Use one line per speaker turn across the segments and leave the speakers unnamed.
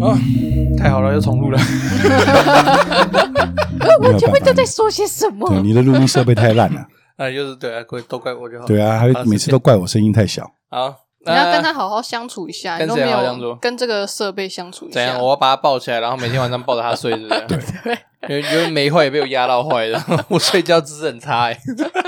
啊
有
前
办
面
法
都在
弄。
说些什么
对，？你的录音设备太烂 了，
啊，又是对啊，怪都怪我就好。
对啊，还
好
每次都怪我声音太小。
好，
你要
那
跟他好好相处一下，
呃跟
你都
谁
没
好好相处
有跟这个设备相处一
怎
下
样？。我要把他抱起来，然后每天晚上抱着他睡，是不是？对， 因为因为没坏也被我压到坏了， 我睡觉姿势很差哎。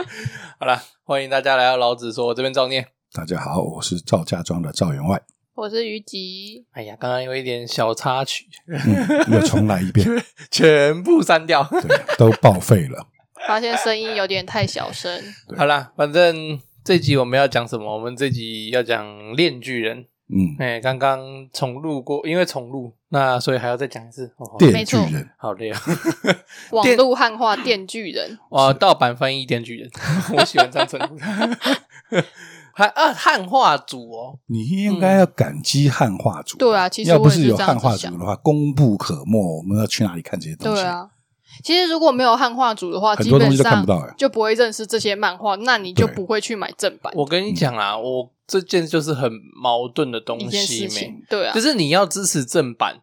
好了，欢迎大家来到老子说，我这边照念。
大家好，我是赵家庄的赵员外，
我是于吉，
哎呀，刚刚有一点小插曲，
嗯，又重来一遍，
全部删掉。
对，都报废了。
发现声音有点太小声，
对
好啦，反正这集我们要讲什么？我们这集要讲《炼巨人》。
嗯，
哎，刚刚重录过，因为重录，那所以还要再讲一次。哦，
电
没
锯
错
人，
好累 啊！
网
电
络汉化电锯人，
哇，哦盗版翻译《电锯人》， 我喜欢这样称呼 他。还啊，汉化组哦，
你应该要感激汉化组。
对啊其实
要不
我也是
是有
这样
汉
子
化组
想
的话，功不可没。我们要去哪里看这些东西？
对啊。其实如果没有汉化组的话，
很
基
多东
本
西都看
上
不到哎
就不会认识这些漫画，那你就
对
不会去买正版
我跟你讲啊，我这件就是很矛盾的东
一件
西
事
没，
情。对啊
就，是你要支持正版，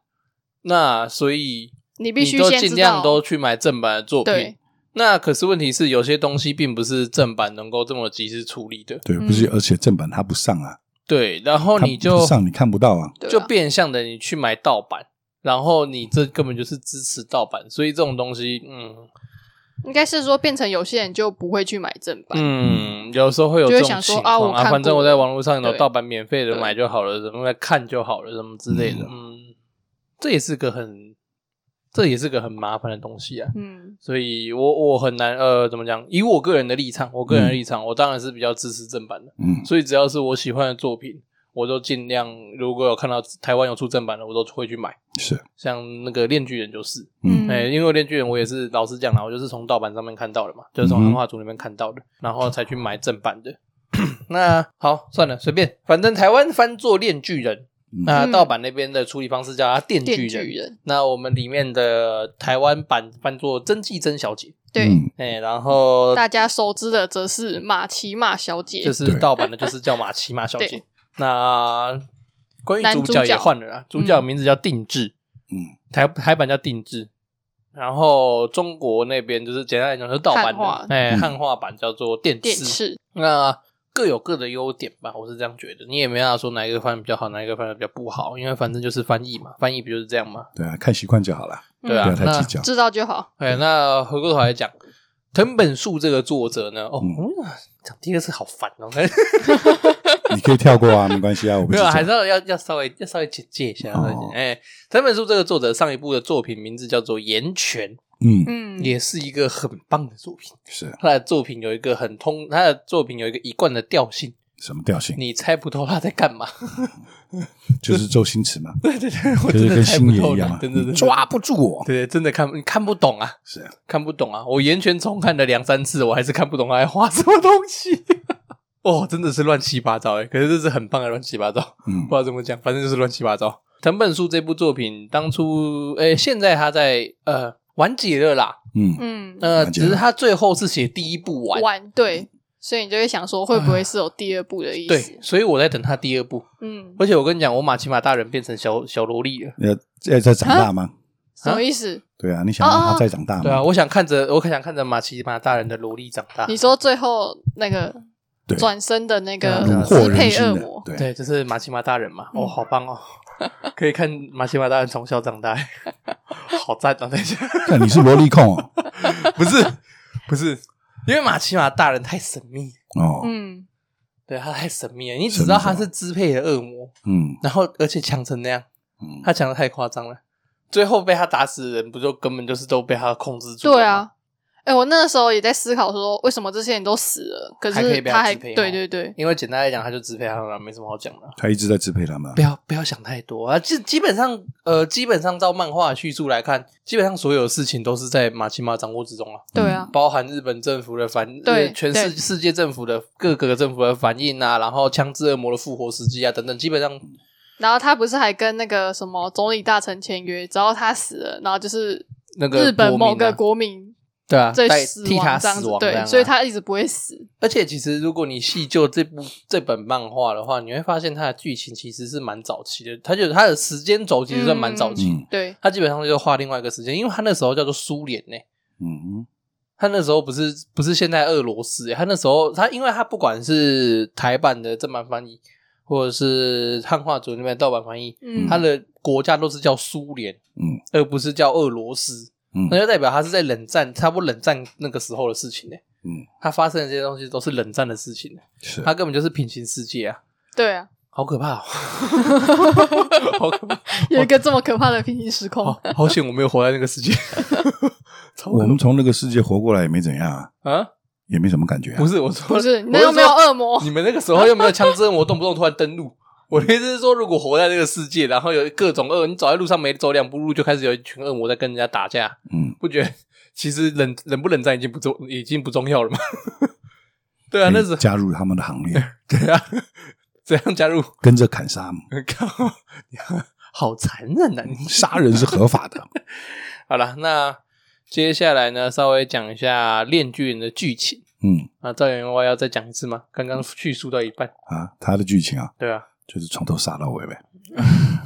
那所以
你必
你
须
都
先
尽
知
量都
道，
去买正版的作品
对。
那可是问题是，有些东西并不是正版能够这么及时处理的。
对，
嗯
不是，而且正版它不上啊，
对，然后
它
哦你就
不上，你看不到啊。
对啊
就变相的你去买盗版，然后你这根本就是支持盗版，所以这种东西，嗯
应该是说变成有些人就不会去买正版，
嗯，有时候会有
就
这
会
种
想说
情
啊
况
我看过
反正我在网络上有
对
盗版免费的
对
买就好了，什么来看就好了，什么之类的，嗯，这也是个很，这也是个很麻烦的东西啊。
嗯，
所以我我很难呃，怎么讲？以我个人的立场，我个人的立场，我当然是比较支持正版的。
嗯，
所以只要是我喜欢的作品，我都尽量如果有看到台湾有出正版的，我都会去买。
是，
像那个《炼巨人》就是，
嗯
嗯，
哎、因为《炼巨人》我也是老实讲啦，我就是从盗版上面看到的嘛，就是从
嗯哼
汉化组里面看到的，然后才去买正版的。 那好，算了，随便，反正台湾翻做《炼巨人》
嗯
那
嗯
盗版那边的处理方式叫它电
电
锯
锯
人。
人，
那我们里面的台湾版翻作《真纪真小姐》，
对，
嗯
哎、然后
大家熟知的则是马奇马小姐，
就是盗版的，就是叫马奇马小姐
对。
那关于
男
主
主
角也
角
换了啦，主角名字叫定制，
嗯，
台台版叫定制，然后中国那边就是简单来讲就是盗版
汉化
的，哎，
嗯
汉化版叫做电
电
视。
视，
那各有各的优点吧，我是这样觉得。你也没办法说哪一个翻译比较好，哪一个翻译比较不好，因为反正就是翻译嘛，翻译不就是这样吗？
对啊，看习惯就好了，
对
不
啊
要太计较。
嗯知道就好。
哎，那回过头来讲，藤本树这个作者呢，哦，
嗯
嗯讲第二次好烦哦，
你可以跳过啊，没关系啊，我不
没
计
有啊，
较。
还是要要要稍微要稍微简介一下。
哦
稍微简介哎、藤本树这个作者上一部的作品名字叫做《岩泉
嗯》，，
嗯，
也是一个很棒的作品。
是
他的作品有一个很通，他的作品有一个一贯的调性，
什么调性？
你猜不透他在干嘛。
就是周星驰嘛，
对对对，我
就
真
是
的
跟
猜不
星爷
透
一样
了，
嘛，
真的
你抓不住我。
对对，真的看你看不懂啊，
是啊，
看不懂啊！我岩泉重看了两三次，我还是看不懂他在画什么东西。哦，真的是乱七八糟哎，可是这是很棒的乱七八糟。
嗯
不知道怎么讲，反正就是乱七八糟。藤本树这部作品，当初诶、现在他在呃完结了啦，
嗯，
嗯，
呃，
完结
只
了
是他最后是写第一部完，
玩对，所以你就会想说，会不会是有第二部的意
对啊
思，？
所以我在等他第二部。
嗯，
而且我跟你讲，我马奇马大人变成小小萝莉了，
要要再长
啊
大吗？
什么意思？
对啊，你
哦
想让他再长大吗？
对啊，我想看着我想看着马奇马大人的萝莉长大
你。说最后那个
对
转身的那个
嗯
虏获
支
人
配恶
心的
魔，，
对，
啊对，这是马奇马大人嘛？
嗯
哦，好棒 哦，可以看马奇马大人从小长大，好赞啊！等一下，
那你是萝莉 控哦，
不是不是，因为马奇马大人太神秘了
哦，
嗯，
对他太神秘了，你只知道他是支配的恶魔，
嗯
然后而且强成那样，
嗯，
他强的太夸张了。最后被他打死的人，不就根本就是都被他控制住？
对，啊。哎、我那时候也在思考说，为什么这些人都死了，可
还可以
是
被
他
他
还
支配哦
对对对，
因为简单来讲，他就支配他们了，没什么好讲的。
他一直在支配他们啊
不。要不要想太多啊！基基本上，呃，基本上照漫画的叙述来看，基本上所有事情都是在马奇马掌握之中啊，
对啊，
包含日本政府的反，
对
呃全世
对
世界政府的各个政府的反应啊，然后枪支恶魔的复活时机啊等等，基本上
然后他不是还跟那个什么总理大臣签约，只要他死了，然后就是
那个
日本某个
国民啊
国民
对啊，
最
代
死
替他
亡这样
死
子
亡，这样
对，
啊
所以他一直不会死，
而且其实，如果你细究这部这本漫画的话，你会发现它的剧情其实是蛮早期的，它就它的时间轴其实算蛮早期，
嗯
对，
它基本上就画另外一个时间，因为它那时候叫做苏联呢，
嗯
他那时候不是不是现在俄罗斯欸，他那时候他因为他不管是台版的正版翻译，或者是汉化组那边的盗版翻译，
嗯，
他的国家都是叫苏联，
嗯，
而不是叫俄罗斯，
嗯
那就代表他是在冷战，差不多冷战那个时候的事情呢、
嗯，
他发生的这些东西都是冷战的事情欸，
是
他根本就是平行世界啊，
对啊，
好可 怕、哦，好可怕，
有一个这么可怕的平行时空，
好好险我没有活在那个世界，超
我
可
们从那个世界活过来也没怎样啊，
怕啊！
也没什么感觉啊
不。是我说，
不是
我
那又没有
说
恶魔
你们那个时候又没有枪支，我动不动突然登陆。 我的意思是说，如果活在这个世界，然后有各种恶，你走在路上没走两步路就开始有一群恶魔在跟人家打架，
嗯，
不觉得其实冷冷不冷战已经不重已经不重要了 吗？对啊，
可
那
以
是
加入他们的行列，
对 啊，怎样加入？
跟着砍杀，
靠，好残忍啊！你
杀人是合法 的。
好了，那接下来呢，稍微讲一下《链锯人》的剧情。
嗯
啊，赵员外要再讲一次吗？刚刚叙述到一半，
啊，他的剧情啊，
对啊，
就是从头杀到尾呗。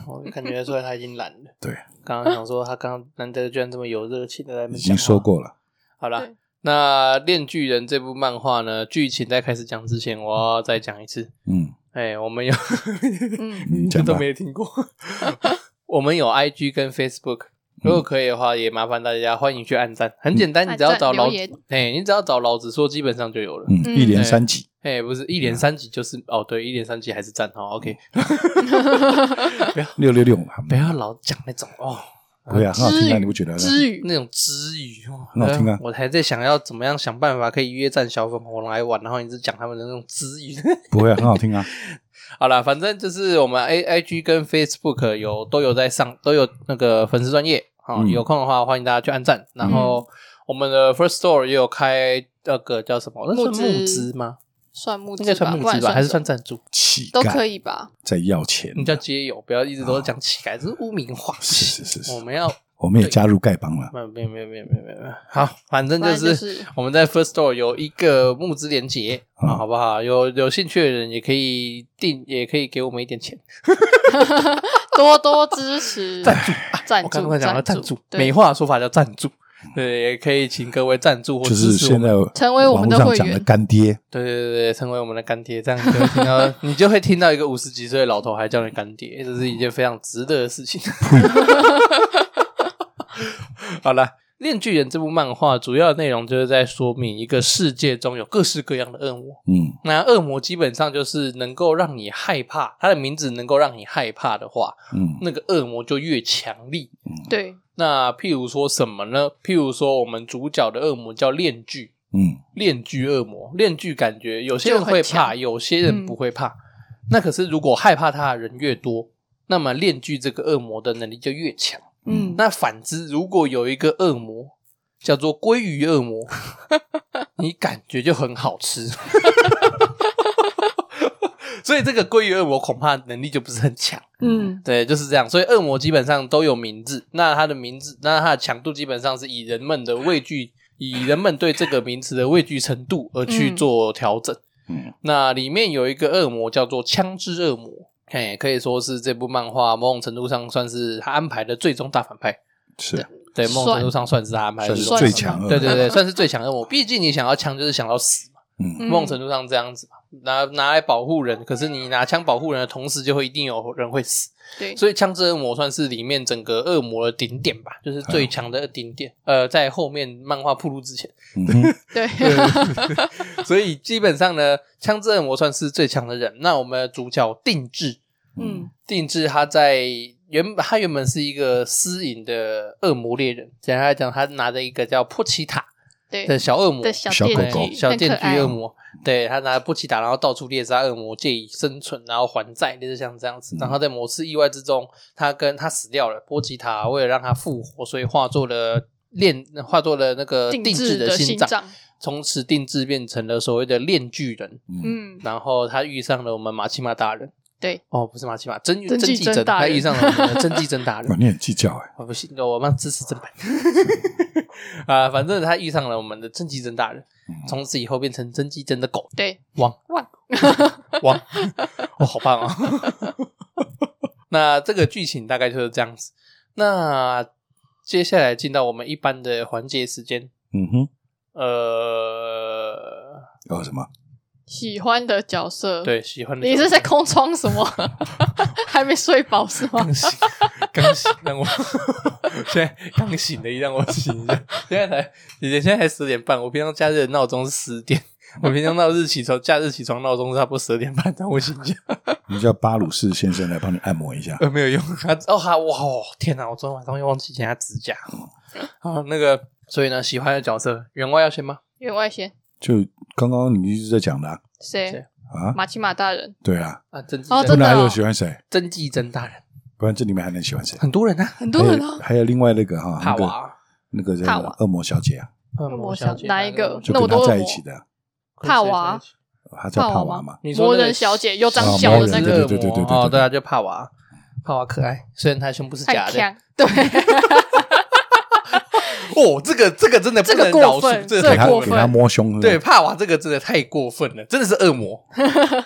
我感觉出来他已经懒了。
对，
刚刚想说他刚刚难得居然这么有热情的在那边
已
讲
经
话
说。过了。
好啦
对，
那《链锯人》这部漫画呢，剧情在开始讲之前，我要再讲一次。
嗯，
哎、我们有，
嗯，
你
这
讲
都
吧。
没听过。我们有 IG 跟 Facebook，如果可以的话，也麻烦大家欢迎去按赞。很简单，
嗯
你只要找老
按赞留言，
哎、你只要找老子说，基本上就有了。
嗯，
嗯
一连三集。
哎、不是一连三集就是、哦，对，一连三集还是赞哦。OK，
嗯六六六，
不要老讲那种哦，
对啊，很好听啊，你不觉得？
之语
那种知语哦，
很好听啊
我还在想要怎么样想办法可以约战小粉红来玩，然后一直讲他们的那种知语。
不会啊，很好听啊。
好啦，反正就是我们 A I G 跟 Facebook 有都有在上，都有那个粉丝专业啊、哦
嗯
有空的话欢迎大家去按赞。然后我们的 First Store 也有开那个叫什么？那算
募
募
资
资吗？
算募
应
资
该算募
不
资
然
吧，还是
什
算
么
赞助？
乞
都可
丐
以吧？
在要钱，
你叫街友，不要一直都讲乞丐，这是污名化。
是是是是
我们要
我们也加入丐帮了。
没有没有没有没有没有没有，好，反正
不
就
然就是是
我们在 First Store 有一个募资连结
嗯
啊，好不好？有有兴趣的人也可以订，也可以给我们一点钱。
多多 支持赞助赞
啊我
助，
刚刚讲了赞助，
对
美化的说法叫赞助，对，也可以请各位赞助或
就
支
是
持我
现
们，
在
成为我们的
网络
会
上讲的
员，
干爹，
对对对对，成为我们的干爹，这样你就会听 到，你就会听到一个五十几岁的老头还叫你干爹，这是一件非常值得的事 情。好了。《链锯人》这部漫画主要内容就是在说明一个世界中有各式各样的恶魔，
嗯
那恶魔基本上就是能够让你害怕，它的名字能够让你害怕的话，
嗯
那个恶魔就越强力。
对，
那譬如说什么呢？譬如说我们主角的恶魔叫链锯，
嗯，
链锯恶魔，链锯感觉有些人会
就很
怕，
强
有些人不会怕。那可是如果害怕他的人越多，那么链锯这个恶魔的能力就越强。
嗯，
那反之，如果有一个恶魔叫做鲑鱼恶魔，你感觉就很好吃。所以这个鲑鱼恶魔恐怕能力就不是很强，
嗯
对，就是这样。所以恶魔基本上都有名字，那它的名字，那它的强度基本上是以人们的畏惧，以人们对这个名词的畏惧程度而去
嗯
做调整。
嗯
那里面有一个恶魔叫做枪支恶魔，嘿，可以说是这部漫画某种程度上算是他安排的最终大反派。
是
对，某种程度上算是他安排的
算是
最终
最强恶，
对对对，算是最强恶魔。毕竟你想要枪就是想要死嘛，
嗯
嗯
某种程度上这样子嘛，拿拿来保护人。可是你拿枪保护人的同时，就会一定有人会死。
对，
所以枪支恶魔算是里面整个恶魔的顶点吧，就是最强的顶点。呃，在后面漫画铺路之前，
嗯哼
对，
所以基本上呢，枪支恶魔算是最强的人。那我们的主角定制，
嗯
定制他在原他原本是一个私隐的恶魔猎人，简单来讲，他拿着一个叫波奇塔
对
的小恶魔
的小
小
电
狗狗
锯，
小
很可
电锯
爱哦
恶魔，对他拿波奇塔，然后到处猎杀恶魔，借以生存，然后还债，类似像这样子。
嗯
然后在某次意外之中，他跟他死掉了。波奇塔为了让他复活，所以化作了炼，化作了那个定制
制的
心
心脏，
从此定制变成了所谓的炼巨人。
嗯
嗯，
然后他遇上了我们马奇马大人，
对，
哦，不是马奇马，真
真
纪
纪真
真，
大
他
人
遇上了我们的真纪真大人
哇，。你很计较哎，
我不行，我们要支持正版 啊、反正他遇上了我们的真纪真大人，
嗯
从此以后变成真纪真的狗
对，
汪
汪
汪，哦，好棒哦！ 那这个剧情大概就是这样子。那接下来进到我们一般的环节时间，
嗯哼，
呃，
有什么？
喜欢的角色，，
对，喜欢的
你是在空窗 什么？还没睡饱是吗？
刚醒，刚醒，让我现在刚醒的一让我醒一下。现在才姐姐，现在才十点半。我平常假日的闹钟是十点，我平常闹日起床，假日起床闹钟是差不多十二点半让我醒一下。
你叫巴鲁士先生来帮你按摩一下。
呃，没有用。他 哦哈哇哦，天哪！我昨天晚上又忘记剪他指甲。 好，那个，所以呢，喜欢的角色，员外要先吗？
员外先，
就刚刚你一直在讲的啊
谁
谁？
啊，
马奇马大人，
对啊，
啊，曾纪
哦
不
真
真
的
然还有喜欢谁？
曾纪真大人，
不然这里面还能喜欢谁？
很多人啊，
很
还
多人
有
啊。
还有另外那个哈，
帕
那个
瓦，
那个叫
帕
什么
瓦
恶魔小姐啊，
恶
魔
魔
小
小姐，
哪一个
就
那
跟
我
他
都
在
恶
一
魔
起的啊，
帕瓦？
她叫帕
帕
瓦
瓦
嘛。
你说
魔
那个
人小姐有长
哦
角
魔
的
人
那
对
个
对对对对对
哦，对啊，就帕瓦，帕瓦可爱，虽然他胸部是假
太
的。
强，对，
哦，这个这个真的不
这个
能
过
饶恕，
分
这
这
个
给
太
个
他
过
给
分
他摸胸是吧，
对帕瓦这个真的太过分了，真的是恶魔，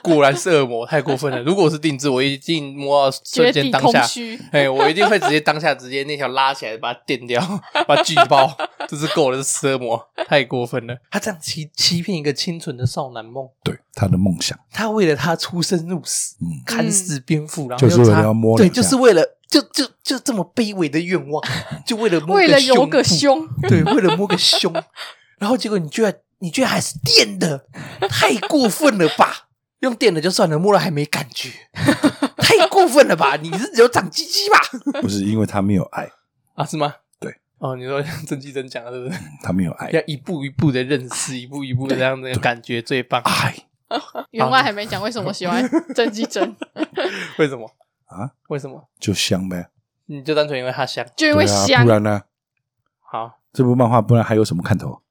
果然是恶魔，太过分了。如果我是定制，我一定摸到瞬
绝
间
地
当
空
下，
虚，
哎、我一定会直接当下直接那条拉起来，把它电掉，把它举报，这是够了，这是奢魔，太过分了。他这样欺欺骗一个清纯的少男梦，
对，她的梦想，
他为了他出生入死，
嗯，
砍死蝙蝠，然后
就是
又
为了
插
要摸
对，
两下
就是为了就就就这么卑微的愿望，就为了摸
为了有
个
个
胸
胸，
部，对，为了摸个胸，然后结果你居然你居然还是电的，太过分了吧！用电的就算了，摸了还没感觉，太过分了吧！你是有长鸡鸡吧？
不是因为她没有爱，
啊，是吗？
对。
哦，你说 像曾纪真讲的，对不对？
她没有爱，
要一步一步的认识，一步一步的这样子的感觉最棒。
爱
员
啊
外还没讲为什么 喜欢郑继真，
为什么
啊？
为什么？
就香呗，
你就单纯因为他香？
就因为
对啊，
香
不，然呢？
好，
这部漫画不然还有什么看头？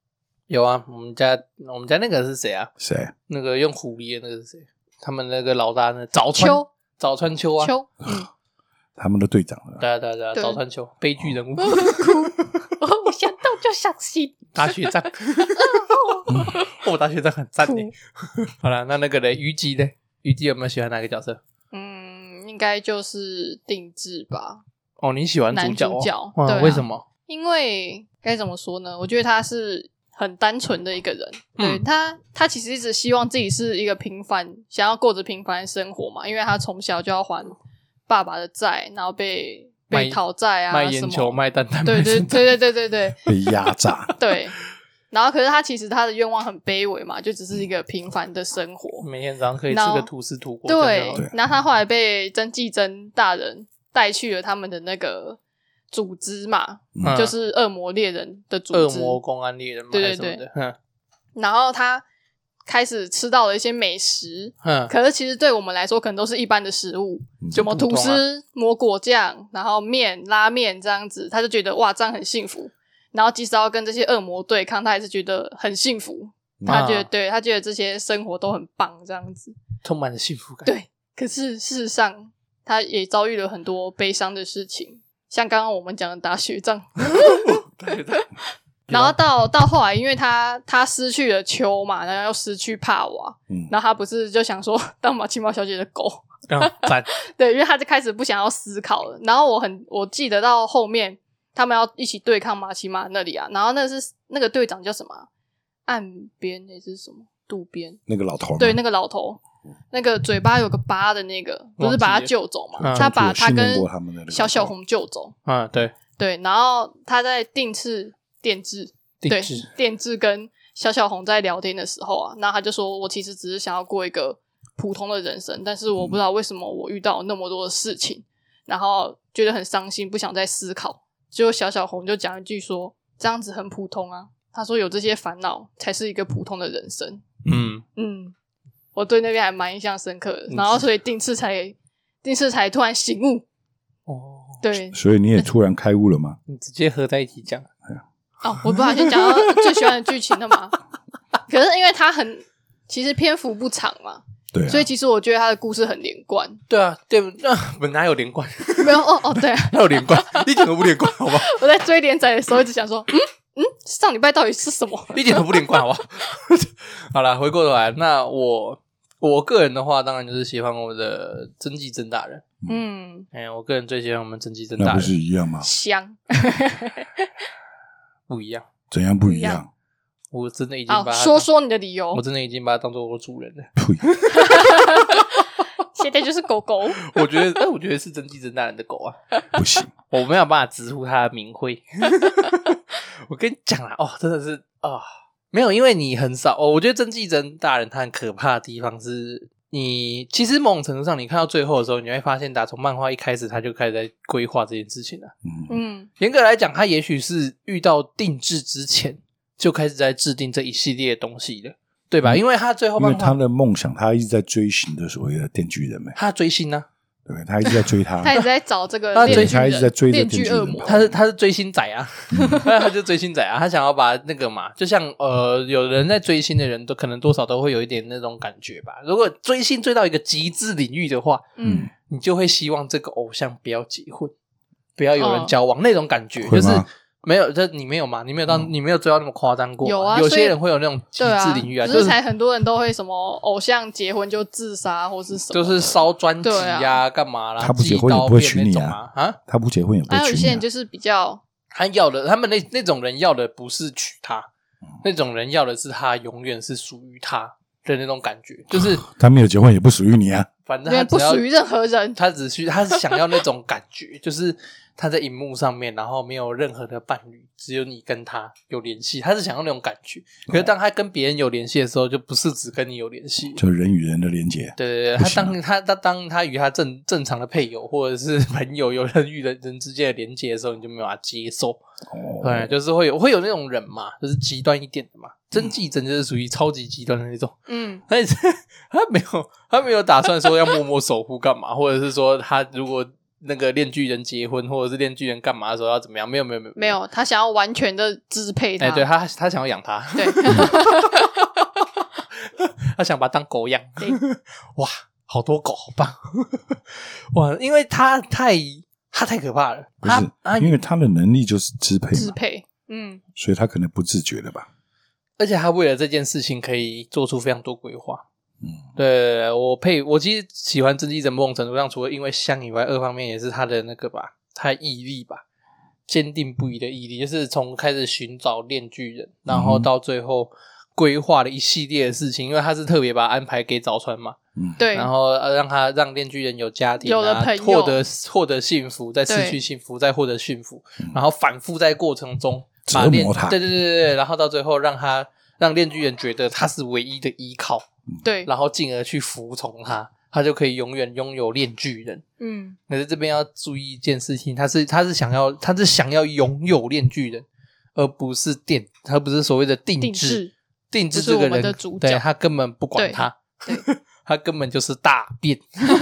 有啊，我们家我们家那个是谁啊？
谁？
那个用狐狸的那个是谁？他们那个老大呢？早川
秋
早川秋啊，
秋，嗯，
他们的队长了，
对啊对啊对啊，
对
早川秋悲剧人物，
哦我想到就伤心，
打雪 仗，哦，打雪仗很赞
哭
呢。好了，那那个嘞，虞姬嘞，虞姬有没有喜欢哪个角色？
嗯，应该就是定制吧，
哦，你喜欢主角
男主角
哦？
对
哇，
啊
为什么？
因为该怎么说呢？我觉得他是很单纯的一个人，对
嗯
他，他其实一直希望自己是一个平凡，想要过着平凡的生活嘛，因为他从小就要还爸爸的债，然后被
卖
被讨债啊，
卖
什
烟
么
球，卖蛋 蛋，
对
卖
对
生蛋
对对对对对
被压 榨，
对。 然后，可是他其实他的愿望很卑微嘛，就只是一个平凡的生活。
每天早上可以吃
然后
个吐司吐锅，
对
真的，
然后他后来被曾纪真大人带去了他们的那个组织嘛，
嗯
就是恶魔猎人的组织。
恶魔公安猎人嘛，
对
还是
对
什么的，嗯哼
然后他开始吃到了一些美食，
哼，
可是其实对我们来说，可能都是一般的食物，什么
普
吐
通啊
司、抹果酱，然后面、拉面这样子，他就觉得哇，这样很幸福。然后即使要跟这些恶魔对抗，他还是觉得很幸福。他觉得，
啊
对他觉得这些生活都很棒，这样子。
充满了幸福感。
对，可是事实上，他也遭遇了很多悲伤的事情，像刚刚我们讲的打雪 仗，
啊对， 对啊
然后到到后来，因为他他失去了秋嘛，然后又失去帕瓦，
嗯
然后他不是就想说当马奇猫小姐的狗，
然后赞，
对，因为他就开始不想要思考了。然后我很我记得到后面他们要一起对抗马奇马那里啊，然后那是那个队长叫什么啊、岸边还是什么渡边？
那个老头嘛，
对，那个老头，
嗯
那不是嘴巴有个疤的那个，不
忘
是
记
把他
了
救走嘛？
嗯
他把
我训练
跟
过他们的那个
小小
老头
红救走，
嗯，对，
对，然后他在定制电制，
定
对
制，
电制跟小小红在聊天的时候啊，那他就说我其实只是想要过一个普通的人生，但是我不知道为什么我遇到那么多的事情，然后觉得很伤心，不想再思考。结果小小红就讲一句说：“这样子很普通啊。”他说：“有这些烦恼才是一个普通的人生。
嗯，”
嗯，我对那边还蛮印象深刻的。
嗯
然后所以定制才定制才突然醒悟，
哦，
对，
所以你也突然开悟了 吗？
你直接合在一起讲，啊
哦，我不小心讲到最喜欢的剧情了嘛。可是因为它很，其实篇幅不长嘛，
对啊，
所以其实我觉得它的故事很连贯。
对啊，对不？那本哪有连贯？
没有哦哦，对、啊，
哪有连贯？ 一点都不连贯，好吧？
我在追连载的时候一直想说，嗯嗯，上礼拜到底是什么？
一点都不连贯，好吧？ 好了，回过头来，那我我个人的话，当然就是喜欢我们的真纪真大人。
嗯，
哎、我个人最喜欢我们真纪真
那
大
不是
人，
一样吗？
香，
不一样。
怎样不一
一样
样？
我真的已经把
好，
它
哦说说你的理由
我。真的已经把它当做我主人了。
呸！
现在就是 狗狗，
我觉得，哎但我觉得是真鸡真大人的狗啊，
不 行，
我没有办法直呼它的名讳。 我跟你讲啦，哦，真的是啊、没有，因为你很少。哦、我觉得真鸡真大人它很可怕的地方是。你其实某种程度上，你看到最后的时候，你会发现，打从漫画一开始，他就开始在规划这件事情了。
嗯，
嗯，
严格来讲，他也许是遇到定制之前就开始在制定这一系列的东西了，对吧？因为他最后
嗯因为
漫
他
画
的梦想，他一直在追寻的所谓的电锯人嘛，
他追星啊呢、
对不对？他一直在追他，
他一直在找这个
他
恋
追
巨
他一直在
人
追着
恋
电
巨
锯
恶
人
魔
跑，
他是他是追星仔啊， 他就追星仔啊，他想要把那个嘛，就像呃，有人在追星的人都可能多少都会有一点那种感觉吧。如果追星追到一个极致领域的话，
嗯，
你就会希望这个偶像不要结婚，不要有人
哦
交往、那种感觉，
会
就是
吗
没有，这你没有嘛？你没有到，
嗯
你没有追到那么夸张过嘛。
有啊
有
所以
些人会有那种极
对啊，
致领域啊，
不
就是
才很多人都会什么偶像结婚就自杀或是什么，
就是烧专辑
对
呀、
啊
干嘛啦？
他不结
寄
婚也
刀
不会
片
娶
那
你
种
啊
啊！啊，
他不结婚也不
还有
会
一
娶
些
你啊
人。就是比较
他要的，他们那那种人要的不是娶她，
嗯
那种人要的是她永远是属于她的那种感 觉，就是
他没有结婚也不属于你啊，
反正
因
他
为
只
不
要
属于任何人，
他只需他是想要那种感觉， 就是他在荧幕上面，然后没有任何的伴侣，只有你跟他有联系，他是想要那种感觉。可
嗯
是当他跟别人有联系的时候，就不是只跟你有联系。
就人与人的连接。
对对对，
嗯不
他
行啊
当他他当他与他正正常的配偶或者是朋友有人与人人之间的连接的时候，你就没有办法接受。
哦，
对，哎就是会有会有那种人嘛，就是极端一点的嘛。真纪真就是属于超级极端的那种，
嗯，
但是他没有他没有打算说要默默守护干嘛，或者是说他如果那个恋巨人结婚，或者是恋巨人干嘛的时候要怎么样？没有没有没有
没。有他想要完全的支配
哎、
他，
对他他想要养他，
对
他想把它当狗养。
对
哇，好多狗，好棒！ 哇，因为他太他太可怕了，
不
他
是
啊
他，
因为他的能力就是支配
支
嘛，
配，嗯，
所以他可能不自觉的吧。
而且他为了这件事情可以做出非常多规划。
嗯，
对对对，我配我其实喜欢真纪人某种程度上，除了因为香以外，二方面也是他的那个吧，他的毅力吧，坚定不移的毅力，就是从开始寻找炼巨人，然后到最后规划了一系列的事情，因为他是特别把他安排给早川嘛，
嗯，
对，
然后呃让他让炼巨人有家庭、啊，
有了朋友
获得获得幸福，再失去
对
幸福，再获得幸福
嗯，
然后反复在过程中
折
把炼
磨他
对对对对对，然后到最后让他让炼巨人觉得他是唯一的依靠。
对，
然后进而去服从他，他就可以永远拥有炼巨人。
嗯，
可是这边要注意一件事情，他是他是想要他是想要拥有炼巨人，而不是定，他不是所谓的定制。
定
定
制
制
不是
这个
我
人，
们的主角
对他根本不管
对
他
对，
他根本就是大便。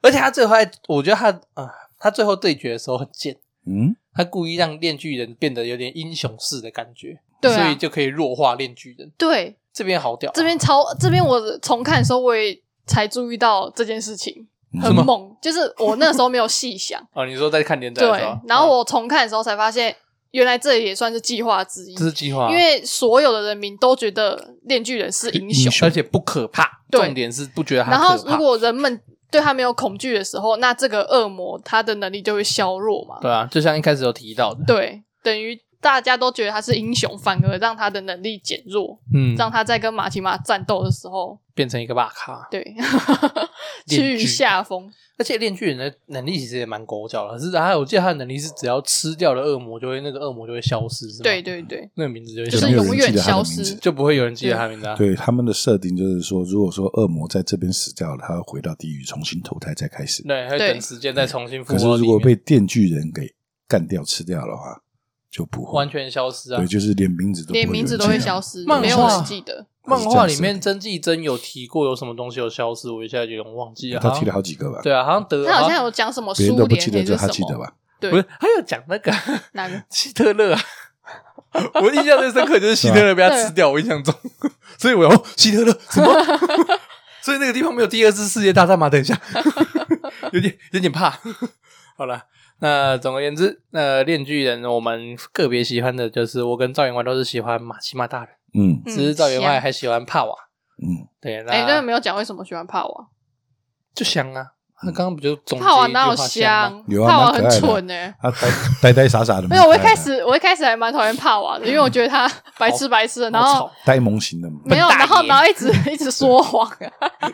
而且他最后还，我觉得他啊、他最后对决的时候很贱，
嗯，
他故意让炼巨人变得有点英雄式的感觉，
对啊
所以就可以弱化炼巨人。
对，
这边好屌啊、
这边超这边我重看的时候我也才注意到这件事情。很
嗯什么
猛，就是我那时候没有细想，
哦， 你说在看连载
对
的时候，，
然后
嗯
我重看的时候才发现，原来这也算是计划之一
这，是计划，啊
因为所有的人民都觉得链巨人是英雄，
而且不可怕。
对
重点是不觉得啊他
然后
可怕
如果人们对他没有恐惧的时候，那这个恶魔他的能力就会削弱嘛。
对啊，就像一开始有提到的，
对，等于大家都觉得他是英雄，反而让他的能力减弱，
嗯，
让他在跟马奇马战斗的时候，
变成一个大咖。
对，
链
趋于
锯
下风。
而且炼巨人的能力其实也蛮狗脚的，是他我记得他的能力是只要吃掉了恶魔，就会那个恶魔就会消失，是吗？
对，对对，
那个名字就会
就
消
没
是
失
有人
永远
记得他的
消
名字
失。
就不会有人记得他名字啊。
对，他们的设定就是说，如果说恶魔在这边死掉了，他会回到地狱重新投胎再开始。
对，还
对
等时间再重新复
可是
活。
如果被电锯人给干掉吃掉的话，就不会
完。全消失啊
对，，就是连名字都
连
不
名字
有
都
人
会
记得
消失，
漫
没有
画
人记得。
漫画里面真纪真有提过有什么东西有消失，我一下就有点忘
啊
记了。
他
好像
提了好几个吧？
对啊，好像得
他好
像
像有讲什么
别
苏
人都不
联
记
还
得，
是
就
什
他
么？
记得吧？
对，
不是他有讲 那个
哪个？
希特勒啊！我印象最深刻就是希特勒被
啊
他吃掉，我印象中， 所以我要哦希特勒什么？ 所以那个地方没有第二次世界大战吗？等一下， 有点有点怕。 好了，那总而言之，那炼巨人我们个别喜欢的就是我跟赵员外都是喜欢马奇马大人，
嗯
嗯
只是赵员外
香
还喜欢帕瓦。
嗯，
对，
哎，那
那
没有讲为什么喜欢帕瓦，
就香啊，他刚刚不就总结
泡
一
碗
句
哪
话
有
香吗？
香？
有啊
泡碗
蛮可
很
爱的嗯
蠢呢、
他啊呆呆呆傻傻的，
没有，我一开始我一开始还蛮讨厌帕瓦的，因为我觉得他 白痴白痴的，然
好
后
吵
呆萌型的嘛，
没有，
笨大爷
然后然后一直 一直说谎，啊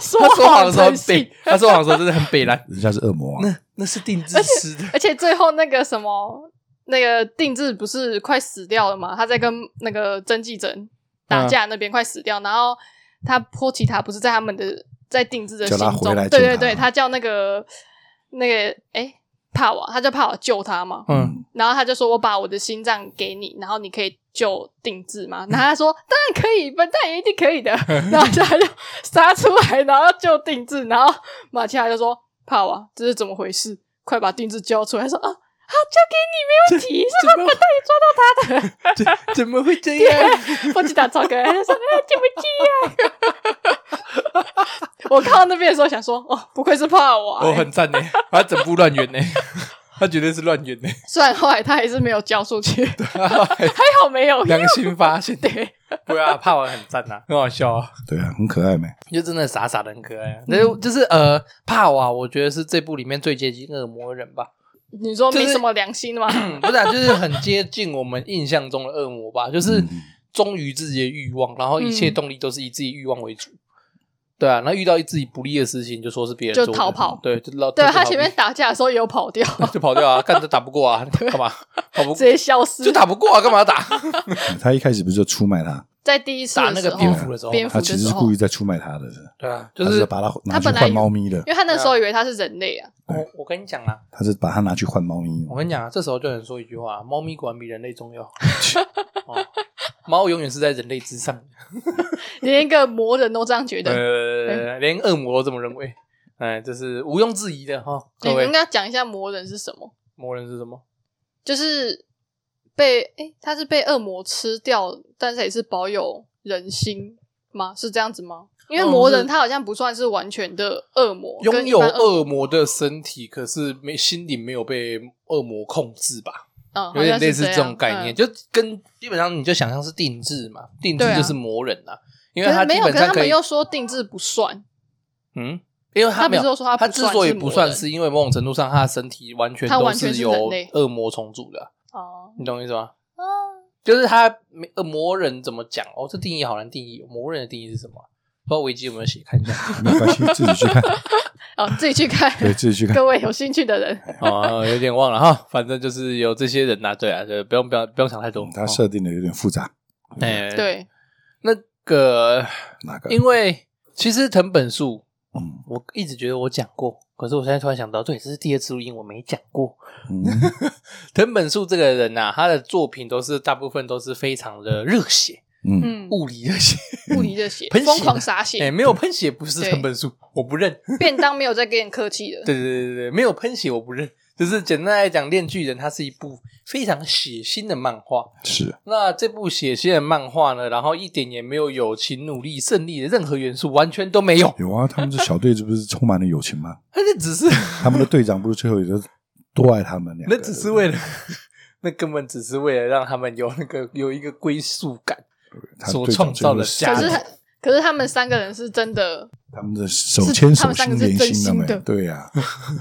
说
他说谎的时候
诚
很
信
北，，他说谎的时候真的很北蓝。
人家是恶魔啊，
那那是定制吃的，
而且最后那个什么那个定制不是快死掉了嘛？他在跟那个曾纪珍
嗯
打架那边快死掉，然后他波奇塔不是在他们的在定制的
叫
心
他
中
回来，
对
救
对
他
对，他叫那个那个哎帕瓦，他叫帕瓦救他嘛，
嗯，
然后他就说：“我把我的心脏给你，然后你可以救定制吗？”然后他说：“当然可以，笨蛋也一定可以的。” 然后他就杀出来，然后救定制。然后马奇亚就说：“帕瓦，这是怎么回事？快把定制交出来！”他说：“啊，好，交给你，没问题。”啊
怎么
是笨蛋也抓到他
怎怎么会这样？
的。波吉达超可爱，他说：“ 哎，对不起啊！” 我看到那边的时候想说：“哦，不愧是帕瓦、
我很赞呢，他整部乱源呢， 他绝对是乱源呢，
虽然后来他还是没有交出去， 还好没 有。
良心发现。
对，
不啊，帕瓦很赞呐，很好笑啊，
对啊，很可爱没？
就真的傻傻的很可爱啊。就就是呃，帕瓦我觉得是这部里面最接近恶魔人吧，
你说
就
没
是
什么良心的吗？
嗯，不是、啊，就是很接近我们印象中的恶魔吧，就是
嗯
忠于自己的欲望，然后一切动力都是以自己欲望为主。对啊，那遇到自己不利的事情，就说是别人
就
做的
逃跑
对，就老
对
就
他
逃
前面
避
打架的时候也有跑掉，
就跑掉啊，干都打不过啊，干嘛跑不
直接消失。
就打不过啊，干嘛要打？
他一开时不是就出卖他，
在第一次
打
的
那
时
个
候，
蝙蝠的时候，
蝙蝠
他
的
其实
时
是
候
故意，在出卖他的，
对啊，就
他
是
是把他拿
他
去
本来
换
有
猫咪的，
因为他那时候以为他是人类啊，
我我跟你讲啦，
他是把他拿去换猫咪。
我跟你讲啊，这时候就能说一句话：猫咪果然比人类重要。哦猫永远是在人类之 上，啊
连一个魔人都这样觉得。
呃，连恶魔都这么认为，哎，这是毋庸置疑的哈。
你
各位
应，该讲一下魔人是什么，
魔人是什么？
就是被诶，他是被恶魔吃掉，但是也是保有人心吗？是这样子吗？因为
嗯
魔
是
人他好像不算是完全的恶魔，
拥
跟一
有
般恶
恶魔的身体，可是没心灵没有被恶魔控制吧？
嗯，
有点类似这种概
好像是
念，
这样。嗯
就跟基本上你就想象是定制嘛，定制
对啊
就是魔人啊，因
嗯
为
可
他
是没
基
有，
本
可是
上
他
可
们
以，
又说定制不算，
嗯，因为
他
没
不
有
是，说他
他
不
之
算
所以
是
不
魔
算，
人
是因为某种程度上他的身体完全
他
都
完全是
由
人类
恶魔重组的啊，
哦，
你懂我意思吗？
啊，
就是他没呃魔人怎么讲？哦，这定义好难定义哦，魔人的定义是什么啊？不知道维基有没有写，看一下。
没有关系，自己去 看，
哦，自己去看，
对，自 己去看。
各位有兴趣的人，
哦，有点忘了哈，反正就是有这些人呐、对啊，对，不用不用不用想太多。
嗯他
哦
设定的有点复杂，
哎、
对，
那个，
哪个？
因为其实藤本树，
嗯
我一直觉得我讲过，可是我现在突然想到，对，这是第二次录音我没讲过。
嗯，
藤本树这个人呐、他的作品都是大部分都是非常的热血，
嗯，
嗯，
物理热血，
物理热血
喷，血
疯狂洒
哎、
血，
没有喷血不是
对
藤本树，我不认。
便当没有再跟你客气了。
对对对对对，没有喷血我不认。就是简单来讲，《恋巨人》它是一部非常血腥的漫画。
是
那这部血腥的漫画呢，然后一点也没有友情、努力、胜利的任何元素，完全都没有。
有啊，他们这小队子不是充满了友情吗？
它就 只是，
他们的队长不是最后也是多爱他们两个
那只是为了， 那根本只是为了让他们有那个有一个归属感。
他
所
队长
创造的
最
价
后
可
是
值
是他，可是他们三个人是真的，
他们的手牵手心连心了
是他们三个是真心
没
的？
对呀，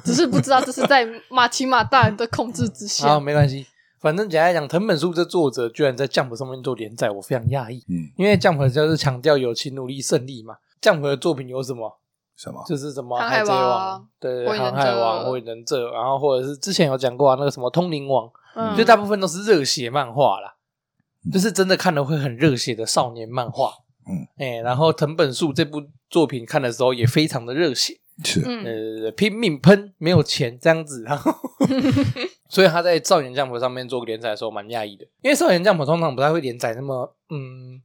只是不知道这是在马奇马大人的控制之
啊，
下。
没关系，反正简单来讲，藤本树这作者居然在 Jump 上面做连载，我非常讶异。
嗯，
因为 Jump 就是强调友情、努力、胜利嘛。Jump 的作品有什么？
什么？
就是什么
航海
海贼
王
王，对
火
对，
影
航
忍
海
者
王、火影忍者，然后或者是之前有讲过啊，那个什么通灵王，
嗯，
就大部分都是热血漫画啦，
嗯
就是真的看了会很热血的少年漫画。
嗯，
哎，然后藤本树这部作品看的时候也非常的热血，
是
嗯，
呃，拼命喷，没有钱这样子，然 后，所以他在少年将谱上面做连载的时候蛮讶异的，因为少年将谱通常不太会连载那么，嗯，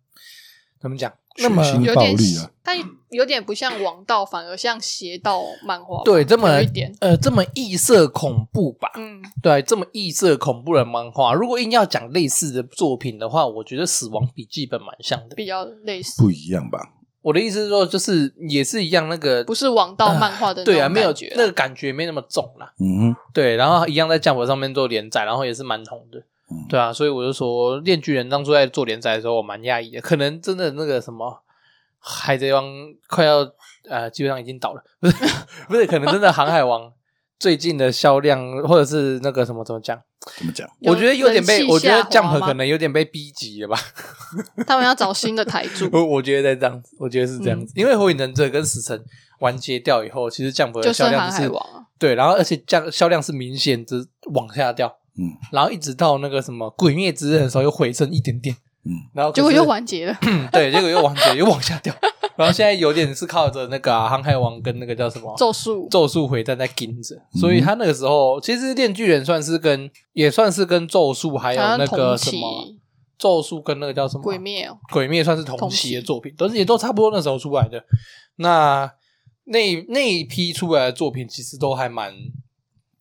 怎么讲，那么
血腥
有
暴
点
力啊，
但有点不像王道，反而像邪道漫画吧。
对这么
有一点，
呃这么异色恐怖吧，
嗯，
对，这么异色恐怖的漫画，如果硬要讲类似的作品的话，我觉得《死亡笔记本》蛮像的。
比较类似，
不一样吧？
我的意思是说，就是也是一样，那个
不是王道漫画的那
对啊，
种
没有
感觉
那个感觉没那么重啦。
嗯哼，
对，然后一样在降火上面做连载，然后也是蛮红的。
嗯
对啊，所以我就说，《恋巨人》当初在做连载的时候，我蛮讶异的，可能真的那个什么海贼王快要呃，基本上已经倒了，不是 不是，可能真的航海王 最近的销量或者是那个什么怎么讲，
怎么讲？
有
我觉得有点被，
人气
我觉得
下滑吗
Jump 可能有点被逼急了吧，，
他们要找新的台柱
我我觉得在这样子，我觉得是这
嗯
样子，因为火影忍者跟死神完结掉以后，其实 Jump
就
的销
剩
量
航
就
海
是
王啊，
对，然后而且降销量是明显的往下掉，
嗯
然后一直到那个什么《鬼灭之刃》的时候又回升一点点，
嗯，
然后可
结果
是
又完结了。
对，结果又往下又往下 掉，然后现在有点是靠着那个、啊《航海王》跟那个叫什么
咒术
咒术回战在盯着，所以他那个时候其实《炼巨人》算是跟也算是跟咒术还有
好
那
像
个
同
什
期
么咒术跟那个叫什么
鬼灭哦，
鬼灭算是同期的作品，都是也都差不多那时候出来的。那那那一批出来的作品其实都还蛮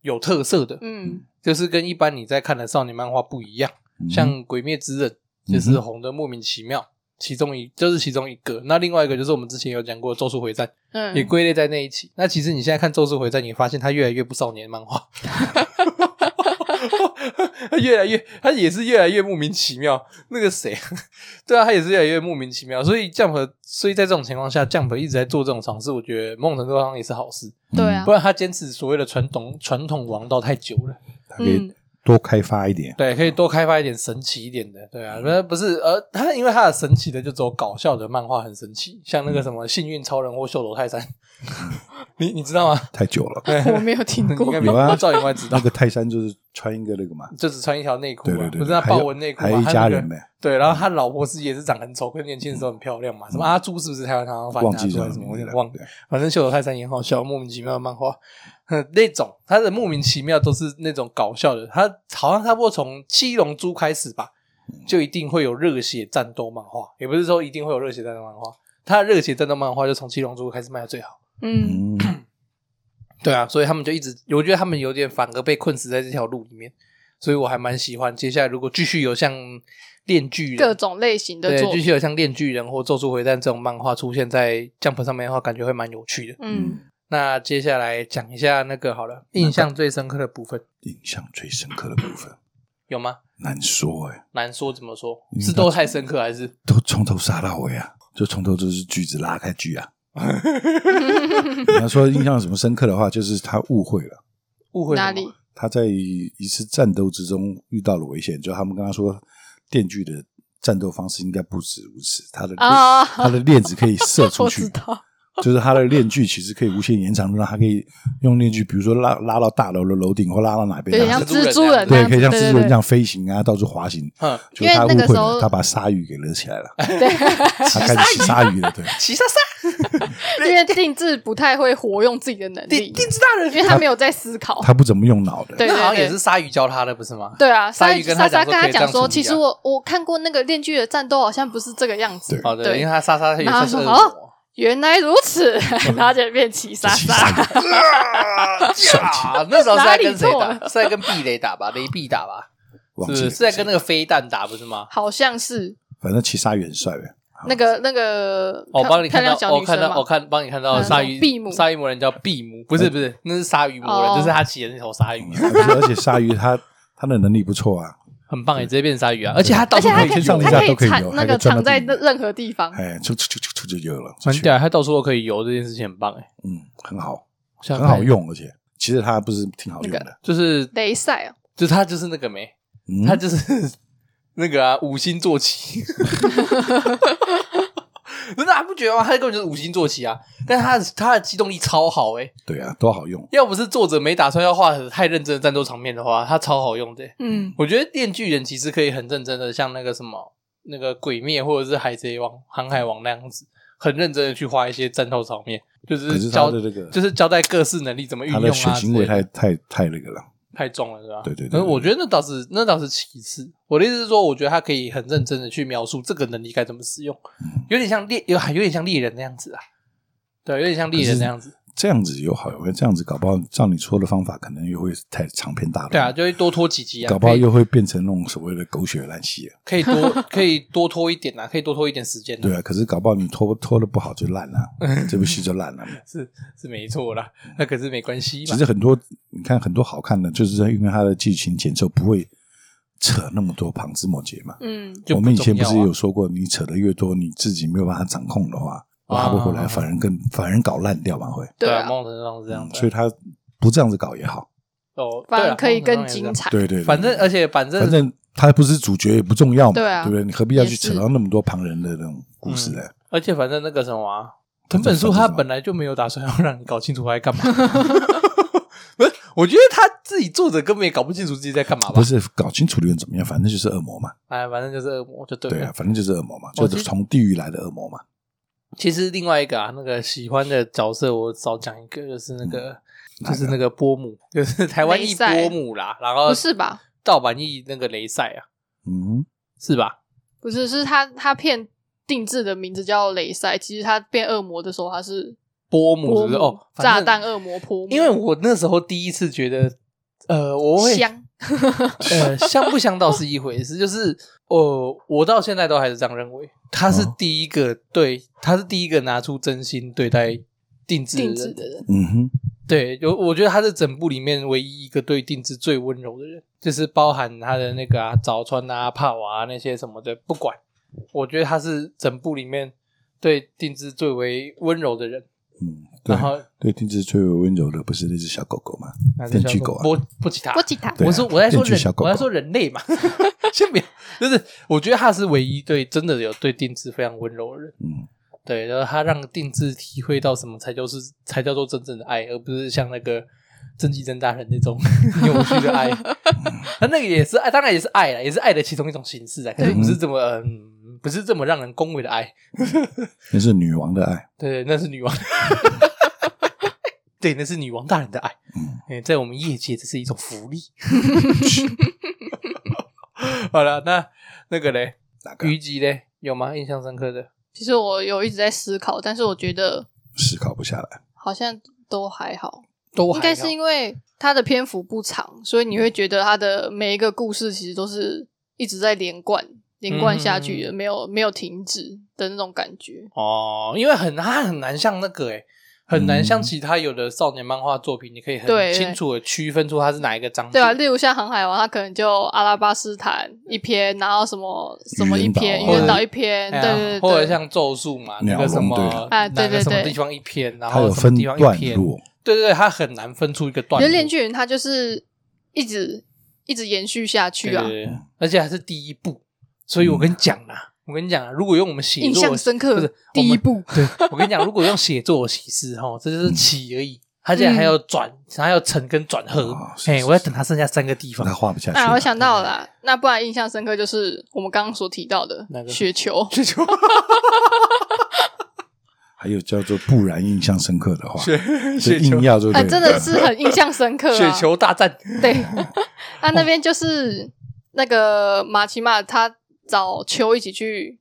有特色的，
嗯，
就是跟一般你在看的少年漫画不一样。
嗯
像《鬼灭之刃》就是红的莫名其妙，其中一就是其中一个。那另外一个就是我们之前有讲过《咒术回战》，
嗯
也归类在那一起。那其实你现在看《咒术回战》，你发现它越来越不少年漫画，它越来越，它也是越来越莫名其妙。那个谁， 对啊，它也是越来越莫名其妙。所以 Jump，所以在这种情况下，Jump 一直在做这种尝试，我觉得某种程度上也是好事，
对啊
嗯不，然他坚持所谓的传统传统王道太久了。
它可以
嗯，
多开发一点。
对，可以多开发一点神奇一点的，对
嗯
啊，那不是呃，他因为他的神奇的就只有搞笑的漫画很神奇，像那
嗯
个什么幸运超人或秀楼泰山， 你你知道吗？
太久了，
我没有听
你应
过
该比
有啊
赵员外知道
那，个泰山就是穿一个那个嘛，
就只穿一条内裤
对
嘛
对，对，
不是他
还有
豹纹内裤
还有
嘛，
一
他
家
那个
人嗯呗，
对，然后他老婆是也是长很丑，可是年轻的时候很漂亮嘛，什么阿朱是不是台湾常常翻
嗯忘
阿
记
朱
叫
还是
什
什么，
么
我有
名字
点
了
忘了。
对
反正《秀楼泰山》也很好笑，莫名其妙的漫画， 哼那种他的莫名其妙都是那种搞笑的。他好像差不多从《七龙珠》开始吧，就一定会有热血战斗漫画，也不是说一定会有热血战斗漫画，他的热血战斗漫画就从《七龙珠》开始卖的最好。
嗯，
嗯，
对啊，所以他们就一直，我觉得他们有点反而被困死在这条路里面，所以我还蛮喜欢。接下来如果继续有像《炼巨人》
各种类型的
对，
作
继
品，
续有像《炼巨人》或《咒术回战》这种漫画出现在 Jump 上面的话，感觉会蛮有趣的。
嗯，
那接下来讲一下那个好了，印象最深刻的部分
印象最深刻的部分
有吗？
难说哎，
难说怎么说，
嗯
是都太深刻还是？
都从头杀到尾啊，就从头就是句子拉开句 啊。你要说印象什么深刻的话，就是他误会了。
误会什么
哪里？
他在一次战斗之中遇到了危险，就他们跟他说，电锯的战斗方式应该不止如此，他的、
啊
他的链子可以射出
我
去
知，道，
就是他的链锯其实可以无限延长，让他可以用链锯，比如说拉拉到大楼的楼顶，或拉到哪边，
有点
让
像
他
蜘蛛人那
对，
样子，
可以像蜘蛛人
对
这样飞行啊，到处滑行。
嗯，
就他误
因为
会
那个时候
了，他把鲨鱼给勒起来了，
对对，
他开始骑鲨鱼了，对，
齐莎莎，
对因为定制不太会活用自己的能
定
力，
定制大人，
因为他没有在思考，
他不怎么用脑的，
对
那
对
好像也
对
是。鲨鱼教他的，不是吗？
对啊，
鲨
莎
鱼跟他
莎
讲
莎
说
跟他
可以这样
讲说，
处理
其
啊
实我我看过那个《链锯的战斗》，好像不是这个样子
对。
哦，对，
对
因为他莎莎他也
然后
算是
说
恶
哦
魔，
原来如此，然后就变齐莎
骑
莎
鲨。鱼，
啊，那时候是在跟谁
哪里
打？
做
是在跟避雷打吧，雷避打吧，是
忘
不
记
是
了
是在跟那个飞弹打，不是吗？
好像是
反正骑鲨鱼很帅呗，
那个那个
哦我
漂
帮你
漂
看
亮
到，
小
我
女
看到，
生
我哦
嘛，
看帮你看到
嗯
鲨鱼
闭目
鲨鱼魔人叫闭目，不是不是，那是鲨鱼魔人，
哦
就是他骑的那头鲨鱼，
而且鲨鱼它它的能力不错啊，
很棒，也直接变鲨鱼啊！而且他到
而
处
且它
可以
可
去
以
上
游
面
它，
下
可以
都可以
藏
游
那
还
个
可以钻到
藏在
地
任
里
任何地方，
哎，就就就就就就有了，
很屌，他到处都可以游，这件事情很棒哎，
嗯，很好，
像
很好，用，而且其实它不是挺好用
那
的，
就是
雷赛啊，
就他就是那个没，
嗯
他，就是那个啊，五星坐骑。 真的、啊、不觉得吗？他根本就是五星坐骑啊！但他的他的机动力超好哎、
对啊，多好用，
要不是作者没打算要画得太认真的战斗场面的话，他超好用的欸、
嗯，
我觉得《电锯人》其实可以很认真的，像那个什么那个《鬼灭》或者是《海贼王》《航海王》那样子，很认真的去画一些战斗场面，就
可
是
是它
交
的那个
就是交代各式能力怎么运
它
用啊
的
之类
血
的。
腥味太太太那个了，
太重了，是吧？
对对对
可是我觉得那倒是那倒是其次。我的意思是说，我觉得他可以很认真的去描述这个能力该怎么使用，
嗯
有点像猎有有点像猎人那样子啊，对，有点像猎人那样子。
这样子有好有坏，这样子搞不好照你说的方法，可能又会太长篇大论，
对啊，，就会多拖几集啊，
嗯搞不好
可以
又会变成那种所谓的狗血烂戏啊，
可以多 可以多拖一点啊，可以多拖一点时间、啊。
对啊，可是搞不好你拖拖的不好就烂了， 这部戏就烂了。
是是没错啦，那可是没关系
其
嘛
实。很多你看很多好看的，就是因为它的剧情紧凑，不会扯那么多旁枝末节嘛。
嗯，
就
我们以前
不
不
重要啊
是有说过，你扯的越多，你自己没有办法掌控的话，我还会回
啊
来，反而更反而搞烂掉嘛会，
对
啊，
啊，
某种程度上是这样
所
子。
以他不这样子搞也好，
哦，
反
对啊
而可以更。
某
精
种程度上也是
对对，
彩。
这
对
样反正而且反正
反正他不是主角也不重要嘛，
对啊
对不对？你何必要去
也是
扯到那么多旁人的那种故事呢？
而且反正那个什么、啊，藤
反正
本树他
反正什么
本来就没有打算要让你搞清楚他在干嘛。 不是，我觉得他自己作者根本也搞不清楚自己在干嘛吧
不？是搞清楚的人怎么样，反正就是恶魔嘛，
哎，反正就是恶魔，就对了。
对啊，反正就是恶魔嘛，
我
就
其实
是从地狱来的恶魔嘛。
其实另外一个啊，那个喜欢的角色，我少讲一个，就是那个，就是那个波姆， 就是台湾译
雷赛
波姆啦，然后
不是吧？
盗版译那个雷赛啊，
嗯，
是吧？
不是，是他他骗定制的名字叫雷赛，其实他变恶魔的时候他是
波姆
波
是不是？
姆
哦，反
炸
正
弹恶魔波姆，
因为我那时候第一次觉得，呃，我会
香
呃，香不香倒是一回事，就是哦，我到现在都还是这样认为，他是
哦
第一个对，他是第一个拿出真心对待定制的
定
人，
制的人，
嗯哼，
对，有我觉得他是整部里面唯一一个对定制最温柔的人，就是包含他的那个啊早川啊、帕瓦啊那些什么的，不管，我觉得他是整部里面对定制最为温柔的人，
嗯，对
然，后
对，定制最为温柔的不是那只小狗狗吗？
那就
电
叫
锯
做
狗啊
波波吉塔，
波吉塔
对啊
我说我在说
电锯
人
小，狗狗
我在说人类嘛， 先别，就是我觉得他是唯一对真的有对定制非常温柔的人，
嗯，
对，然后他让定制体会到什么才就是才叫做真正的爱，而不是像那个真纪真大人那种 扭曲的 爱。他那个也是爱，当然也是爱了，也是爱的其中一种形式啊，可是不是这么嗯，不是这么让人恭维的爱。
那是女王的爱。
对，那是女 王。对，那是女王大人的爱。
嗯
哎，在我们业界，这是一种福利。 好了，那那个嘞，
哪个
虞姬嘞，有吗？印象深刻的？
其实我有一直在思考，但是我觉得
思考不下来？
好像都还好，
都
应该是因为它的篇幅不长，所以你会觉得它的每一个故事其实都是一直在连贯、连贯下去的，
嗯
没有没有停止的那种感觉。
哦，因为很它很难像那个哎、很难像
嗯
其他有的少年漫画作品，你可以
对
很
对
清楚的区分出它是哪一个章节。
对啊，例如像《航海王》，它可能就阿拉巴斯坦一篇，然后什么
啊
什么一篇，
愚
愚
人岛
人岛一篇，
哎
对
呀
对对，
或者像咒术嘛，那个
鸟
什
笼
么
对了
哎
哪
对
个
对
什么
对
地方一篇，然
它
后
有
什
分
么地方一
段
篇，
落，
对对对，它很难分出一个段
人
落。
恋巨人》它就是一直一直延续下去啊
对，对对而且还是第一部，所
嗯
以我跟你讲啦，我跟你讲啦，如果用我们写作
印象深刻
不是
第一，
我
部
们对我跟你讲，如果用写作形式哈，这
嗯
就是起而已。它竟然还
嗯
要转，还要乘跟转合
啊，是
哎，
是
我要等它剩下三个地方
他，画不下去
啊，
了。
我想到了啦，那不然印象深刻就是我们刚刚所提到的
哪个
雪球，
雪球，
还有叫做不然印象深刻 的话，
雪
这
雪球
硬，要就对
啊，
哎
了
真的是很印象深刻、啊。
雪球大战，
对，那那边就是那个马奇马他找秋一起去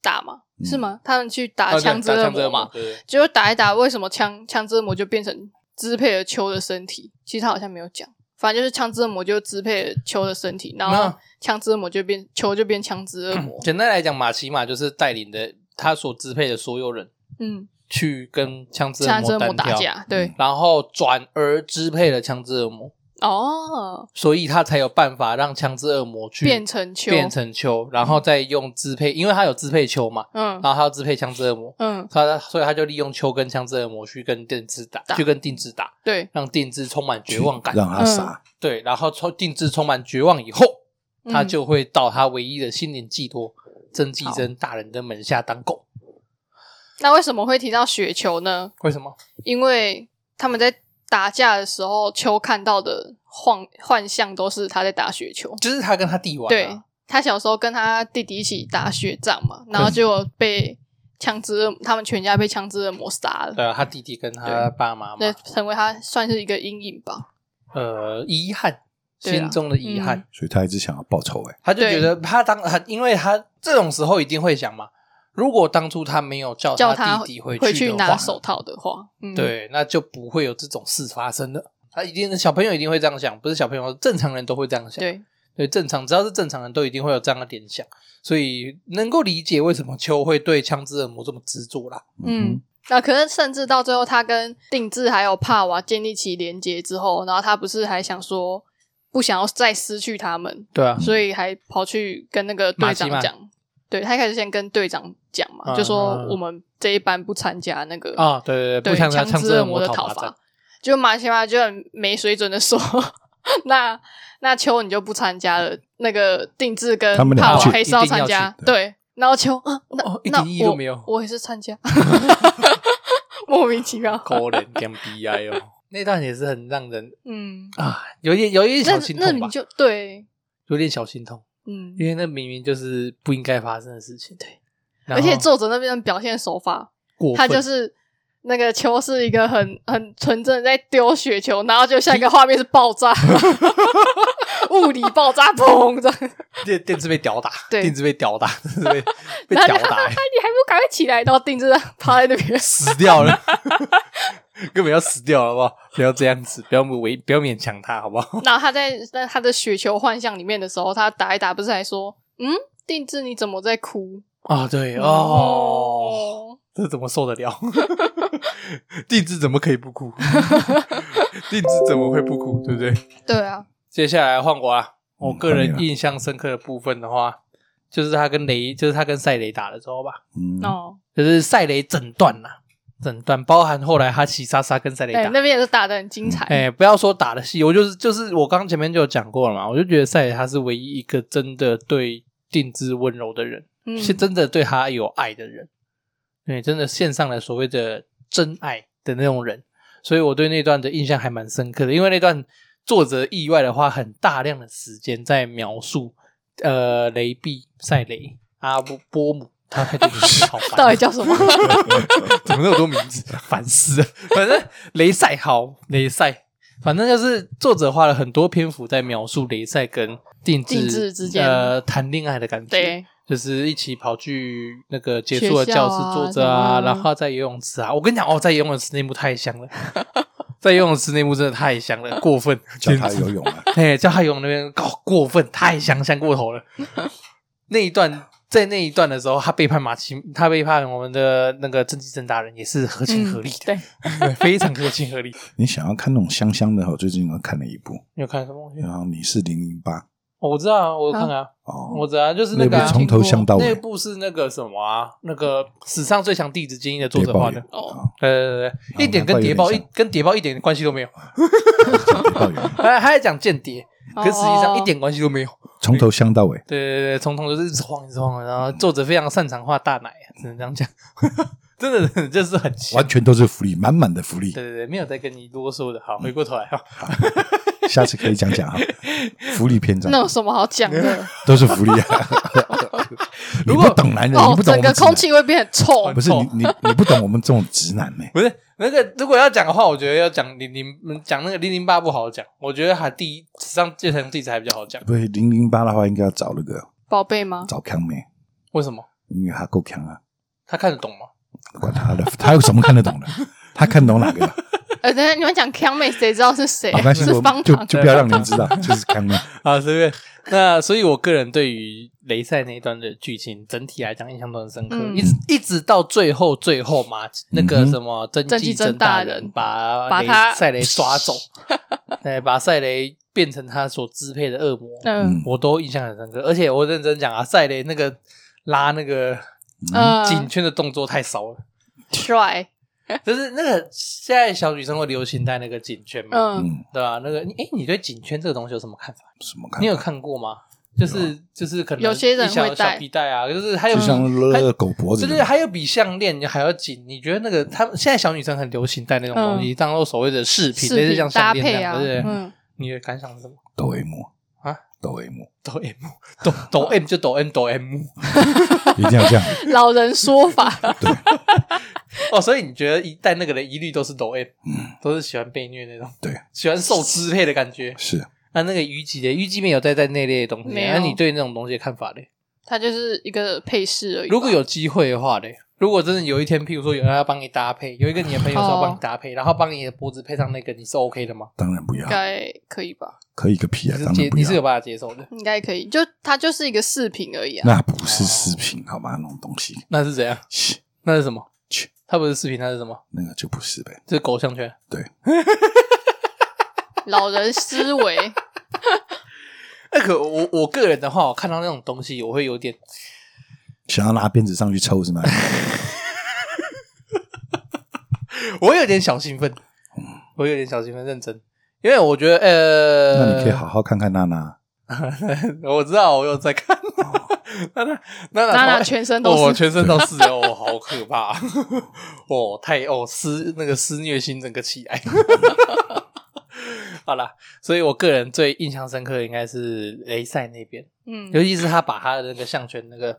打嘛，
嗯
是吗？他们去
啊
打
对
枪支
打
恶
枪之
魔
恶
嘛
魔，，对对
结果打一打，为什么枪枪之恶魔就变成支配了秋的身体？其实他好像没有讲，反正就是枪之恶魔就支配了秋的身体，然后
那
枪之恶魔就变秋就变枪之恶魔，
简单来讲，马奇马就是带领的他所支配的所有人
嗯，
去跟枪支恶
枪
魔
之恶魔
单
打
挑，
架，对，
然后转而支配了枪支恶魔。
哦，
所以他才有办法让枪支恶魔去
变成秋，
变成球，然后再用支配，因为他有支配球嘛，
嗯
然后他要支配枪支恶魔，
嗯，
他所以他就利用球跟枪支恶魔去跟定制打，
打
去跟定制打，
对，
让定制充满绝望感。嗯
让他傻。
对，然后充定制充满绝望以后，
嗯
他就会到他唯一的心灵寄托真纪真大人的门下当狗。
那为什么会提到雪球呢？
为什么？
因为他们在打架的时候，秋看到的幻幻象都是他在打雪球。
就是他跟他弟玩、啊，
对他小时候跟他弟弟一起打雪仗嘛，然后结果被枪支恶，他们全家被枪支恶魔杀了，
对啊，他弟弟跟他爸妈嘛
对，，成为他算是一个阴影吧。
呃，遗憾，
对啊
心中的遗憾。
嗯
所以他一直想要报仇哎、
他就觉
对
得他当他，因为他这种时候一定会想嘛，如果当初哦他没有叫
叫他
弟弟回
回
去
去
的
拿
话，
手套的话，嗯，
对，那就不会有这种事发生了。他一定小朋友一定会这样想，不是小朋友，正常人都会这样想。
对，
对正常只要是正常人都一定会有这样的联想，所以能够理解为什么秋会对枪支恶魔这么执着啦。
嗯，那可是甚至到最后，他跟定制还有帕瓦建立起连接之后，然后他不是还想说不想要再失去他们，
对啊，
所以还跑去跟那个队
马吉
长
嘛
讲，对他一开始先跟队长讲嘛，
啊
就说我们这一班不参加那个
啊，对对对，
对
不像他
强
唱
制恶
魔
魔的
讨
讨
伐战
伐。就马奇马就很没水准的说， 那那秋你就不参加了，那个定制跟
他们俩
帕瓦
去
还是要参加
一定要去，
对，然后秋啊，那、
哦一
那
点意义都
我
没有
我也是 参加， 莫名其妙，
可怜跟逼哀哦， 那段也是很让人
嗯，
啊，有一点有一点
那
小心
那
痛
你
吧，
就对，
有点小心痛，
嗯，
因为那明明就是不应该发生的事情。对，
而且作者那边的表现手法，
过
他
分
就是。那个球是一个很很纯正的在丢雪球，然后就下一个画面是爆炸， 物理 爆炸，砰！这样， 哎
电电子被屌打，
对
电子被屌打，真是 被被
然后
屌
就哈哈
打
哈，，你还不赶快起来？然后定制趴在那边，
死掉了， 根本要死掉了，好不好？不要这样子，不要违，不要勉强他，好不好？
然后他在在他的雪球幻象里面的时候，他打一打，不是还说，嗯，定制你怎么在哭？
啊，对哦，， 这怎么受得了？ 地质怎么可以不哭？ 地质怎么会不哭？对不对？
对啊，
接下来换我啊，我个
换
人
你
印象深刻的部分的话，就是他跟雷，就是他跟赛雷打的时候吧，
嗯，
哦，
就是赛雷整段呐、整段包含后来哈奇莎莎跟赛雷
对，
打。
那边也是打的很精彩，
哎、不要说打的戏，我就是就是我刚前面就有讲过了嘛，我就觉得赛雷他是唯一一个真的对定制温柔的人，
嗯，
是真的对他有爱的人，对，真的献上了所谓的真爱的那种人，所以我对那段的印象还蛮深刻的，因为那段作者意外的花很大量的时间在描述，呃，雷碧、赛雷、阿波波姆，他他 就是好烦，
到底叫 什么？
怎么那么多名字？ 烦死了！反正雷赛好，雷赛，反正就是作者花了很多篇幅在描述雷赛跟定制
定制之间
呃谈恋爱的感觉，
对，
就是一起跑去那个结束的教室坐着
学校啊
啊，
什么
然后在游泳池啊。我跟你讲哦，在游泳池那幕太香了， 在游泳池那幕真的太香了，过分，
教他游泳啊，
哎，叫他游泳那边搞、过分，太香香过头了。那一段在那一段的时候，他背叛马奇，他背叛我们的那个郑继正大人，也是合情合理的，
嗯对，
嗯
对，非常合情合 理。
你想要看那种香香的哈？我最近我看了一部，
你有看什么东西？
然后你是零零八
哦我知道啊，我有看啊，我
哦，
知道啊，就是那个、
那
啊
部、从头香到
那
尾，
部是那个什么啊，那个史上最强地质精英的作
谍
者
报
画
员哦
的。
哦
啊，
对对对对，一点跟谍报一跟谍报一点关系都没有，
谍报员
还还在讲间谍，
哦
可实际上一点关系都没有。
从头香到 尾，
对对对，从头就是一直晃一直晃，然后作者非常擅长画大奶，啊只能这样讲， 真的真的就是很强。
完全都是福利，满满的福利
对。对对，没有再跟你啰嗦的。好，回过头来哈，
下次可以讲 讲哈，福利篇章
那有什么好讲的？
都是福利 啊。你
如
不
果
懂男人，你
哦
不，懂
整
我
个
们直
空
男，哎
气会变很 臭
不，是你你你不懂我们这种直男哎呢。
不是那个，如果要讲的话，我觉得要讲零零讲那个零零八不好讲，我觉得还第一史上最强地址还比较好讲。
不是零零八的话，应该要找那个
宝贝吗？
找康妹，
为什么？
因为他够强啊，
他看得懂吗？
管他 的，他有什么看得懂的？他看懂哪个的？
呃，等一下你们讲康妹，谁知道是谁？
没关系，
是
我
方
就
糖，
就不要让您知道，就是康妹。
啊，随便。那所以，我个人对于雷赛那一段的剧情，整体来讲印象都很深刻，
嗯
一直一直到最后，最后嘛，那个什么真
真
纪
纪真
真大
大人
把
把
雷
他
赛雷抓走，对，把赛雷变成他所支配的恶魔，
嗯
嗯
我都印象很深刻。而且我认真讲啊，赛雷那个拉那个
嗯
颈圈的动作太少了，
，try，
就是那个现在小女生会流行戴那个颈圈嘛，
嗯，
嗯，
对吧、那个，你哎，你对颈圈这个东西有什么看法？
什么看
你有
法？
看过吗？就是就是可能
有些人
一小
会戴
小皮带啊，就是还有
啊就像勒勒狗脖子
对
的
对，还有比项链还要紧。你觉得那个他们现在小女生很流行戴那种东西，当做所谓的饰品，
嗯饰
类似
品
像项
搭
链这
配
样，
啊，
对不对？
嗯，
你的感想是什么？
抖 M
啊，
抖 M
抖 M 抖抖 M 就抖 M 抖 M
一定要这样。
嗯
老人说法，
哦，所以你觉得一戴那个的一律都是抖 M，都
嗯
是喜欢被虐那种，
对，
喜欢受支配的感觉。
是
那那个虞姬的虞姬没有戴在那类的东西，
没有
那你对那种东西的看法嘞？
它就是一个配饰而已吧。
如果有机会的话嘞，如果真的有一天，譬如说有人要帮你搭配，有一个你的朋友说要帮你搭配，然后帮你的脖子配上那个，你是 OK 的吗？
当然不要
应，该可以吧？
可以个屁
你
啊！
是
当
接
然不
你是有
要，
办法接受的，
应该可以，就它就是一个饰品而已啊。
那不是饰品好吗？那种东西，
那是怎样？
切
那是什么？
切，
它不是视频，那是什么？
那个就不是呗。
这是狗项圈。
对，
老人 思维，
那可我我个人的话，我看到那种东西，我会有点
想要拿鞭子上去抽是吗？
我有点小兴奋，
嗯
我有点小兴奋，认真，因为我觉得
那
呃，
你可以好好看看娜娜，
我知道，我有在看。
哦
娜娜，娜娜
娜娜
从
全身都是
哦全身都是哦， 好可怕！哦，太哦施那个施虐心整个起来。 好啦，所以我个人最印象深刻的应该是雷赛那边，
嗯，
尤其是他把他的那个项圈那个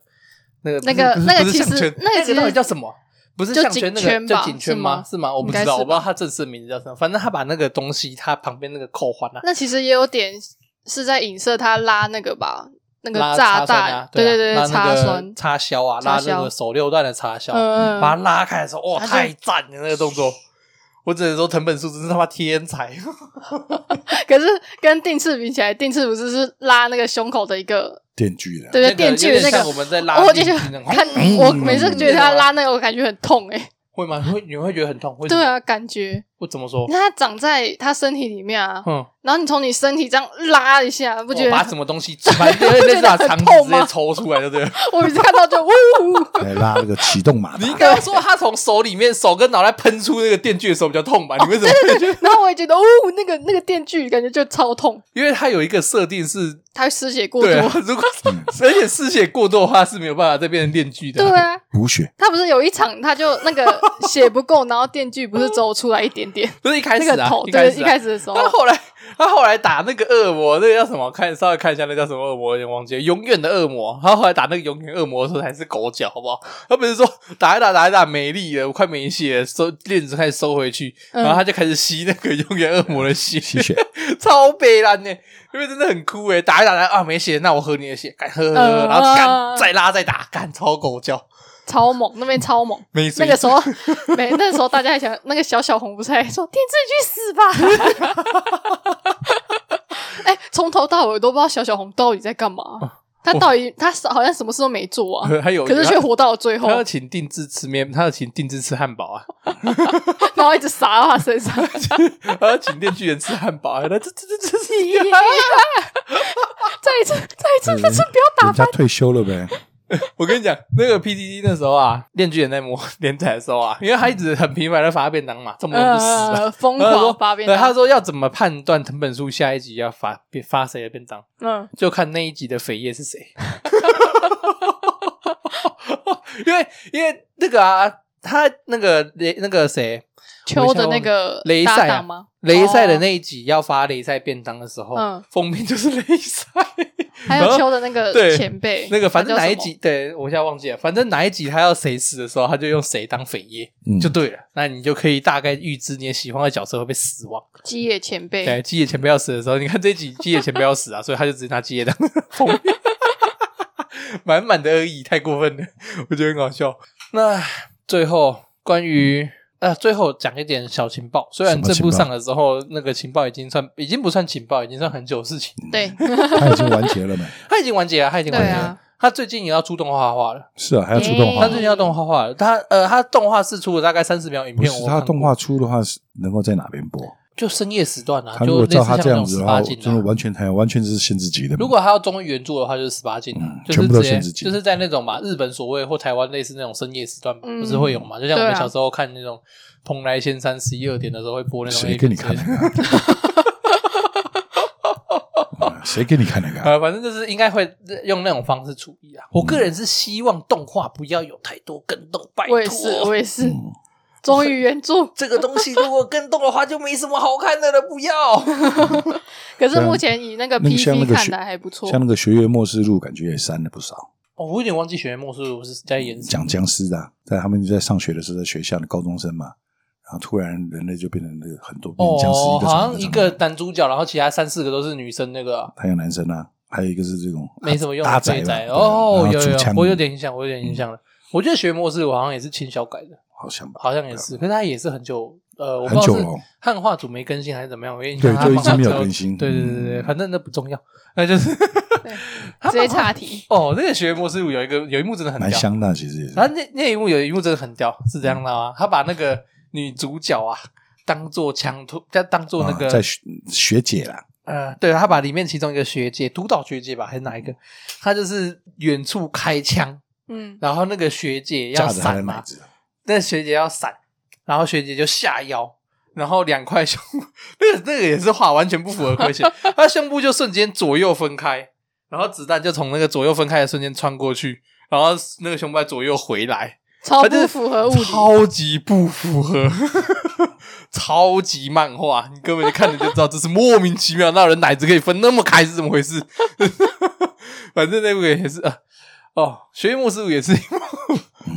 那个
那个
不是
那个
不是
其实
项圈
那个
那
其实
到底叫什么？不是
就
项圈，那
颈
个
圈
叫
吧
颈圈
是
吗
吗？
是吗？我不
应该
知道，
是
我不知道
吧
他正式名字叫什么。反正他把那个东西，他旁边那个扣环啊，
那其实也有点是在影射他拉那个吧，那个
拉
炸
插栓啊
弹，对
对啊
对对，
拉那
插
个
栓，
插销啊，
插
拉那
销
个手榴弹的插销，
嗯
把它拉开的时候，哇，
它就
太赞了那个动作！我只能说藤本树真是他妈天 才，
可是跟定次比起来，定次不是是拉那个胸口的一个，
电锯了，
对对，电锯的那
那个有点像我
个。
们在拉
我
电
就
锯
是
那种，哦
看
嗯，
我每次觉得他拉那个，我感觉很痛哎。
会吗？会你会觉得很痛？会
对啊，，感觉
我怎么说
你？看它长在他身体里面啊，
嗯，
然后你从你身体这样拉一下，不觉
我
得
把哦什么东西，反正那是把肠子直接抽出来，对不对了？
我每次看 到就呜，
来拉那个启动马达
你，应该说他从手里面手跟脑袋喷出那个电锯的时候比较痛
哦
吧？你为什么？会觉得？
然后我也觉得呜，哦那个那个电锯感觉就超痛，
因为他有一个设定是，
它会失血 过
对
多
啊。，如果 而且失血过多的话是没有办法再变成电锯的。
对啊，
补 血，
他不是有一场他就那个血不够，然后电锯不是只有出来一点点，
就是一开
那
始
个
啊，
头
一
对
开始
一
啊、
开始的时候
他后来他后来打那个恶魔，那个叫什么？看稍微看一下，那叫什么恶魔？我有点忘记了。永远的恶魔。他后来打那个永远恶魔的时候还是狗脚，好不好？他不是说打一打打一打没力了，我快没血了，收链子开始收回去，
嗯
然后他就开始吸那个永远恶魔的血，
吸血
超悲惨呢，因为真的很哭诶，打一打打一打啊没血，那我喝你的血，干喝喝喝，
嗯
然后干
嗯
再拉再打，干超狗叫，
超猛，那边超猛。
没
那
水
个
准
时候， 没那时候大家还想，那个小小红不是还说天志去死吧？ 哎、从头到尾我都不知道小小红到底在干嘛，他到底他好像什么事都没做啊，
哦还有
可是却活到了最后
他，要请定制吃面，他要请定制吃汉堡啊，
然后一直撒到他身 上。
他要请电锯人吃汉堡啊，那这这这这是一个
再一次，再一次，再一次，不要打
人家退休了呗，
我跟你讲，那个 PDD 那时候啊，电锯人在模连载的时候啊，因为他一直很频繁的发便当嘛，这么多人不死啊。
呃，疯
然后他说
狂发便
对他
当，
说要怎么判断藤本树下一集要发发谁的便当，
嗯，
就看那一集的扉页是谁。 因为因为那个啊，他那个雷那个谁
秋的那个
雷
搭
赛
档
啊
吗？，哦
雷赛的那一集要发雷赛便当的时候，
嗯
封面就是雷赛。
还有秋的那个
哦对
呃前辈，
那个反正
他叫
哪一
什么
集，对我现在忘记了，反正哪一集他要谁死的时候，他就用谁当匪业、
嗯
就对了。那你就可以大概预知你的喜欢的角色会被死亡。
基野前辈，
对，基野前辈要死的时候，你看这集基野前辈要 死啊，所以他就直接拿基野当 封面，满满的恶意，太过分了，我觉得很好笑。那最后关于。呃，最后讲一点小情报。虽然
什么
这部
情报
上的时候，那个情报已经算已经不算情报，已经算很久的事情。
对，
他已经完结了没？
他已经完结了，他已经完结了。
对啊
他最近也要出动画化了。
是啊，还要出动
他
画
耶。
最近要动画化了，他呃，他动画是出了大概三十秒影
不
片，
是
我
他
看过
动画出的话，是能够在哪边播？
就深夜时段啊，
他如
就
果
类似
照他
像
这
那
样
种
子
十
的
八
话，
禁
真的
啊。
完全还完全是限制级的。
如果他要忠于原著的话，就是十八禁啊
嗯，
就是
全部都
直接
限制级
就是在那种嘛日本所谓或台湾类似那种深夜时段嘛，
嗯
不是会有嘛？就像我们
对啊
小时候看那种蓬莱仙山十一二点的时候会播那种 A
谁
片
给你看
之类
那
的
个 啊？嗯谁给你看那嗯个啊？
呃，反正就是应该会用那种方式处理啊。我个人是希望动画不要有太多跟动，拜托。
我也是，我也是
嗯，
终于原著。
这个东西如果跟动的话，就没什么好看的了，不要。
可是目前以那个
啊那个像那
PV
个
看
学
来还不错
像，那个《学月末世录》，感觉也删了不少。
哦，我有点忘记《学院末世录》是在演什么。
讲僵尸的啊，在他们在上学的时候，在学校的高中生嘛，然后突然人类就变成那个很多变成僵尸，
哦，
一个
好
长
像
的
一
长
个
的
男主角，然后其他三四个都是女生，那个啊
还有男生啊，还有一个是这种啊
没什么用的
大
废
宅
宅
嘛
哦，
对
有有
啊然后
有
出枪，
我有点印象，我有点印象了。我觉得《学院末世》我好像也是轻小改的，
好像吧，
好像也是，可是它也是很久，呃，我不
啊很
知
久
道是
了，哦
汉化组没更新还是怎么样，我印象
对，
它
就一
漫画
直没有
之后
更新。嗯
对对对对对，反正那不重要，那就是
直接 岔题。
哦，那个《学院末世录》有一个有一幕真的很
蛮
屌，
香的啊，其实也是。
然后那那一幕有一幕真的很屌，是这样的啊，他把那个女主角啊当做强突，他当做那个
啊在学学姐啦，
呃，对，他把里面其中一个学姐，督导学姐吧，还是哪一个？他就是远处开枪，
嗯，
然后那个学姐
架
要
着他的
闪
奶
嘛，
子，
那学姐要闪，然后学姐就下腰，然后两块胸， 那个那个也是画完全不符合规限，她胸部就瞬间左右分开，然后子弹就从那个左右分开的瞬间穿过去，然后那个胸部在左右回来，
超
反正
不符合物理，
超级不符合， 超级漫画，你根本就看了就知道这是莫名其妙，那人奶子可以分那么开是怎么回事？ 反正那部也是啊，哦，学院牧师也是一部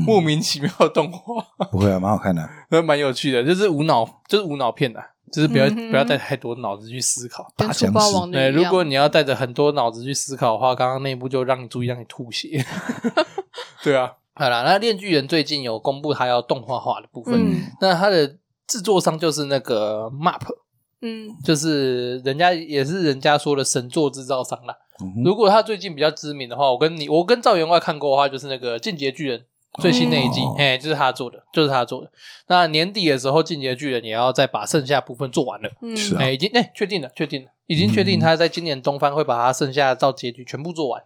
莫名其妙的动画，
不会啊，蛮好看的。
那蛮有趣的，就是无脑，就是无脑片的、啊就是不要、
嗯哼
不要带太多脑子去思考。
跟粗暴王女
对，
一
如
样。
果你要带着很多脑子去思考的话，刚刚那一部就让你注意让你吐 血。对啊，好啦，那《炼巨人》最近有公布它要动画化的部分，
嗯
那它的制作商就是那个 MAP，
嗯
就是人家也是人家说的神作制造商啦。
嗯哼
如果他最近比较知名的话，我跟你，我跟赵员外看过的话，就是那个《进阶巨人》最新那一季，哎、
哦
就是他做的，就是他做的。那年底的时候，《进阶巨人》也要再把剩下部分做完了，
嗯，
是啊嗯
哎、已经哎，确、定了，确定了，已经确定他在今年东方会把他剩下到结局全部做完。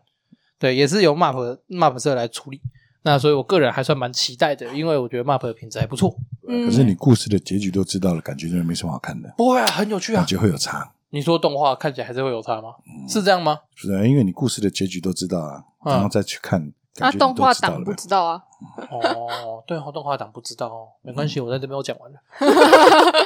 对，也是由 MAP MAP 社来处理。那所以我个人还算蛮期待的，因为我觉得 MAP 的品质还不错。
嗯
可是你故事的结局都知道了，感觉真的没什么好看的，
不会啊，很有趣
感
啊。
觉会嗯有差。
你说动画看起来还是会有差吗？是这样吗？
是的，因为你故事的结局都知道了，
嗯
然后再去看，
啊，
感觉你
动
都
画
知道
党
了
不
呗。
知道啊，
哦，对哦，动画党不知道哦，没关系，
嗯
我在这边我讲完了。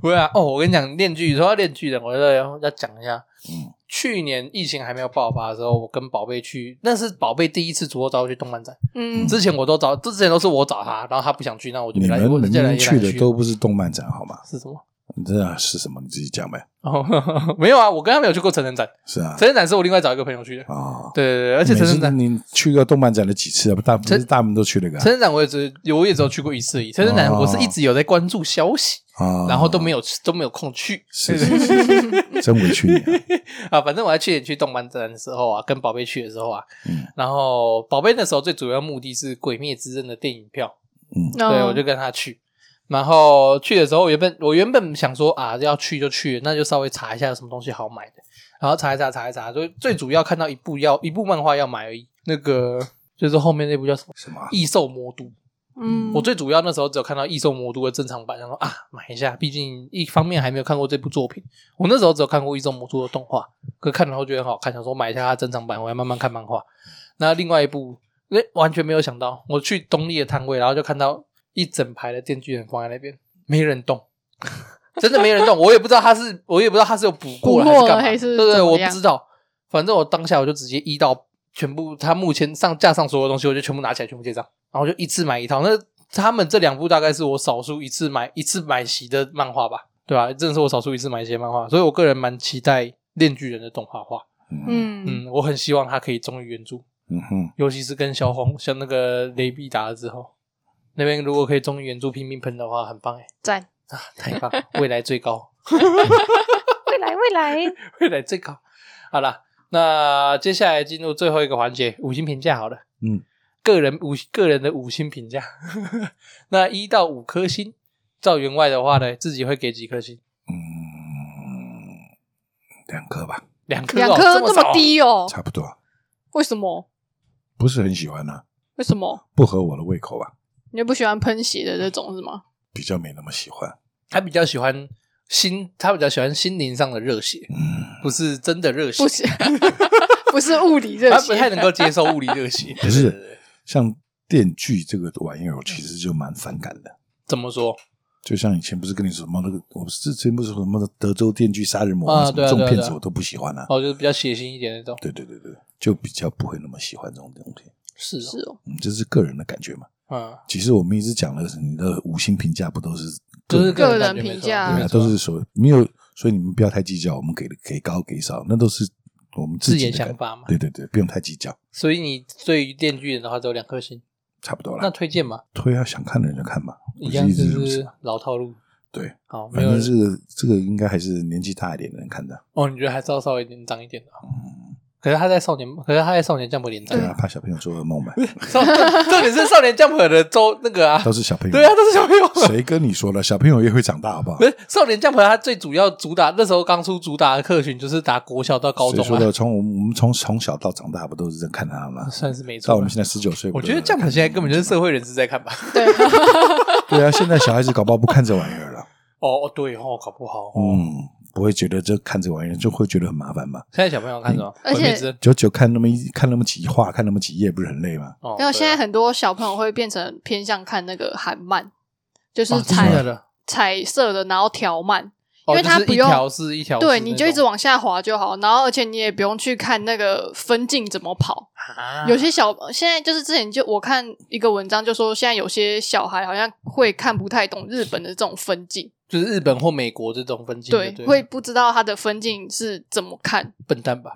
不会啊，哦，我跟你讲，练剧说到练剧人，我要要讲一下。
嗯
去年疫情还没有爆发的时候，我跟宝贝去，那是宝贝第一次主动找我去动漫展。
嗯，
之前我都找，之前都是我找他，然后他不想去，那我就
你
来，
们
我
明
再来
明
也
去
来
的
去
都不是动漫展好吗？
是什么？
你这样是什么？你自己讲呗。
哦， 没有啊，我跟他没有去过成人展，
是啊，
成人展是我另外找一个朋友去的。
啊，
对对对，而且
每
成
次
人展
你去过动漫展了几次啊？不大不是大部分都去了个啊
成人展我也只我也只有去过一次而已。成人展
哦
我是一直有在关注消息，
啊，
然后都没有都没有空去。
是是是，真委屈你啊。
啊，反正我在去年去动漫展的时候啊，跟宝贝去的时候啊，
嗯
然后宝贝那时候最主要目的是《鬼灭之刃》的电影票，
那
对我就跟他去。然后去的时候，原本我原本想说啊，要去就去，那就稍微查一下有什么东西好买的，然后查一查查一查，就最主要看到一部要一部漫画要买而已，那个 就是后面那部叫什么《
什么啊？
异兽魔都》。
嗯，
我最主要那时候只有看到《异兽魔都》的正常版，然后啊买一下，毕竟一方面还没有看过这部作品，我那时候只有看过《异兽魔都》的动画，可看了后觉得很好看，想说买一下它正常版，我要慢慢看漫画。那另外一部，那完全没有想到，我去东立的摊位，然后就看到一整排的电锯人放在那边，没人动。 真的没人动，我也不知道他是，我也不知道他是有补过了
补
还
过
是干嘛，
了还
对
是
对，
怎么
我不
样
知道。反正我当下我就直接一到全部，他目前上架上所有东西，我就全部拿起来，全部结账，然后就一次买一套。那他们这两部大概是我少数一次买一次买齐的漫画吧，对吧、真的是我少数一次买齐的漫画，所以我个人蛮期待《链锯人》的动画化。
嗯
嗯
嗯，我很希望他可以忠于原著，
嗯哼，
尤其是跟小红像那个雷必达了之后，那边如果可以忠于原著拼命喷的话，很棒哎、
赞，
啊，太棒，未来最高。
未来未 来，
未来最高。好啦，那接下来进入最后一个环节，五星评价好了。
嗯，
个人五个人的五星评价，那一到五颗星。照员外的话呢，自己会给几颗星？
嗯，两颗吧，
两颗、哦，
两颗这
少
啊
么，低哦，
差不多，
为什么？
不是很喜欢呢，
为什么？
不合我的胃口吧，
你又不喜欢喷血的这种是吗？
比较没那么喜欢。
他比较喜欢心，他比较喜欢心灵上的热血，
嗯，
不是真的热血
不，行，不是物理热
他啊不
血，
太能够接受物理热血。
不
对对对
是
对，
像电锯这个玩意儿，我
嗯
其实就蛮反感的。
怎么说？
就像以前不是跟你说什么那个，我之前不是说什么德州电锯杀人魔
啊
什么
对啊
这种
对啊
片
对
子
啊
我都不喜欢啊。
哦，就是比较血腥一点的那种。
对对对对，就比较不会那么喜欢这种东西。
是哦，
是哦，
嗯，这是个人的感觉嘛。
嗯，
其实我们一直讲的，你的五星评价不都是
就
个
是
人
个人
感觉
评
没错
价
对
没
啊，
错
都是所没有，所以你们不要太计较，我们给的给高给少，那都是我们
自己
己
的
的
想
感。
法嘛。
对对对，不用太计较，
所以你对于《电锯人》的话只有两颗星，
差不多
那
了。
推荐嘛，
推啊，想看的人就看吧，
一
我
样
一
就
直如此
是。老套路。
对，
好，没
反
有
正这个这个应该还是年纪大一点的人看的。
哦，你觉得还是要稍微年长一点的啊？
嗯，
可是他在少年，可是他在少年 Jump 连载
对啊，，怕小朋友做噩梦嘛，
少重点是少年 Jump 的周那个啊
都，是小朋友。
对啊，，都啊是小朋友。
谁跟你说了？小朋友也会长大，好不好
不？是少年 Jump，它最主要主打那时候刚出主打的客群就是打国小到高
谁
中
说
啊，
的？从我们我们从从小到长大，不都是在看他吗？
算是没错啊
到我。们现在十九岁，
我
不啊
觉
都
得
是在
Jump
看
现在根本就是社会人士在看吧。
对，
对啊，现在小孩子搞不好不看这玩意儿了，
哦，哦对哦，搞不好 哦。
嗯，不会觉得这看这玩意儿就会觉得很麻烦吧？
现在小朋友看什么？
而且
鬼灭之刃
久久看那么一看那么几话，看那么几页，不是很累吗？
哦，
然
对
后现在
啊
很多小朋友会变成偏向看那个韩漫，就是
哦真
彩、
啊
的假的，
彩色的，然后条漫，
哦
因为它
就是
不
一
用
条是一条是那种，
对，你就一直往下滑就好，然后而且你也不用去看那个分镜怎么跑。
啊
有些小现在就是之前就我看一个文章就说，现在有些小孩好像会看不太懂日本的这种分镜，
就是日本或美国这种分镜
对
就，对了，
会不知道他的分镜是怎么看，
笨蛋吧？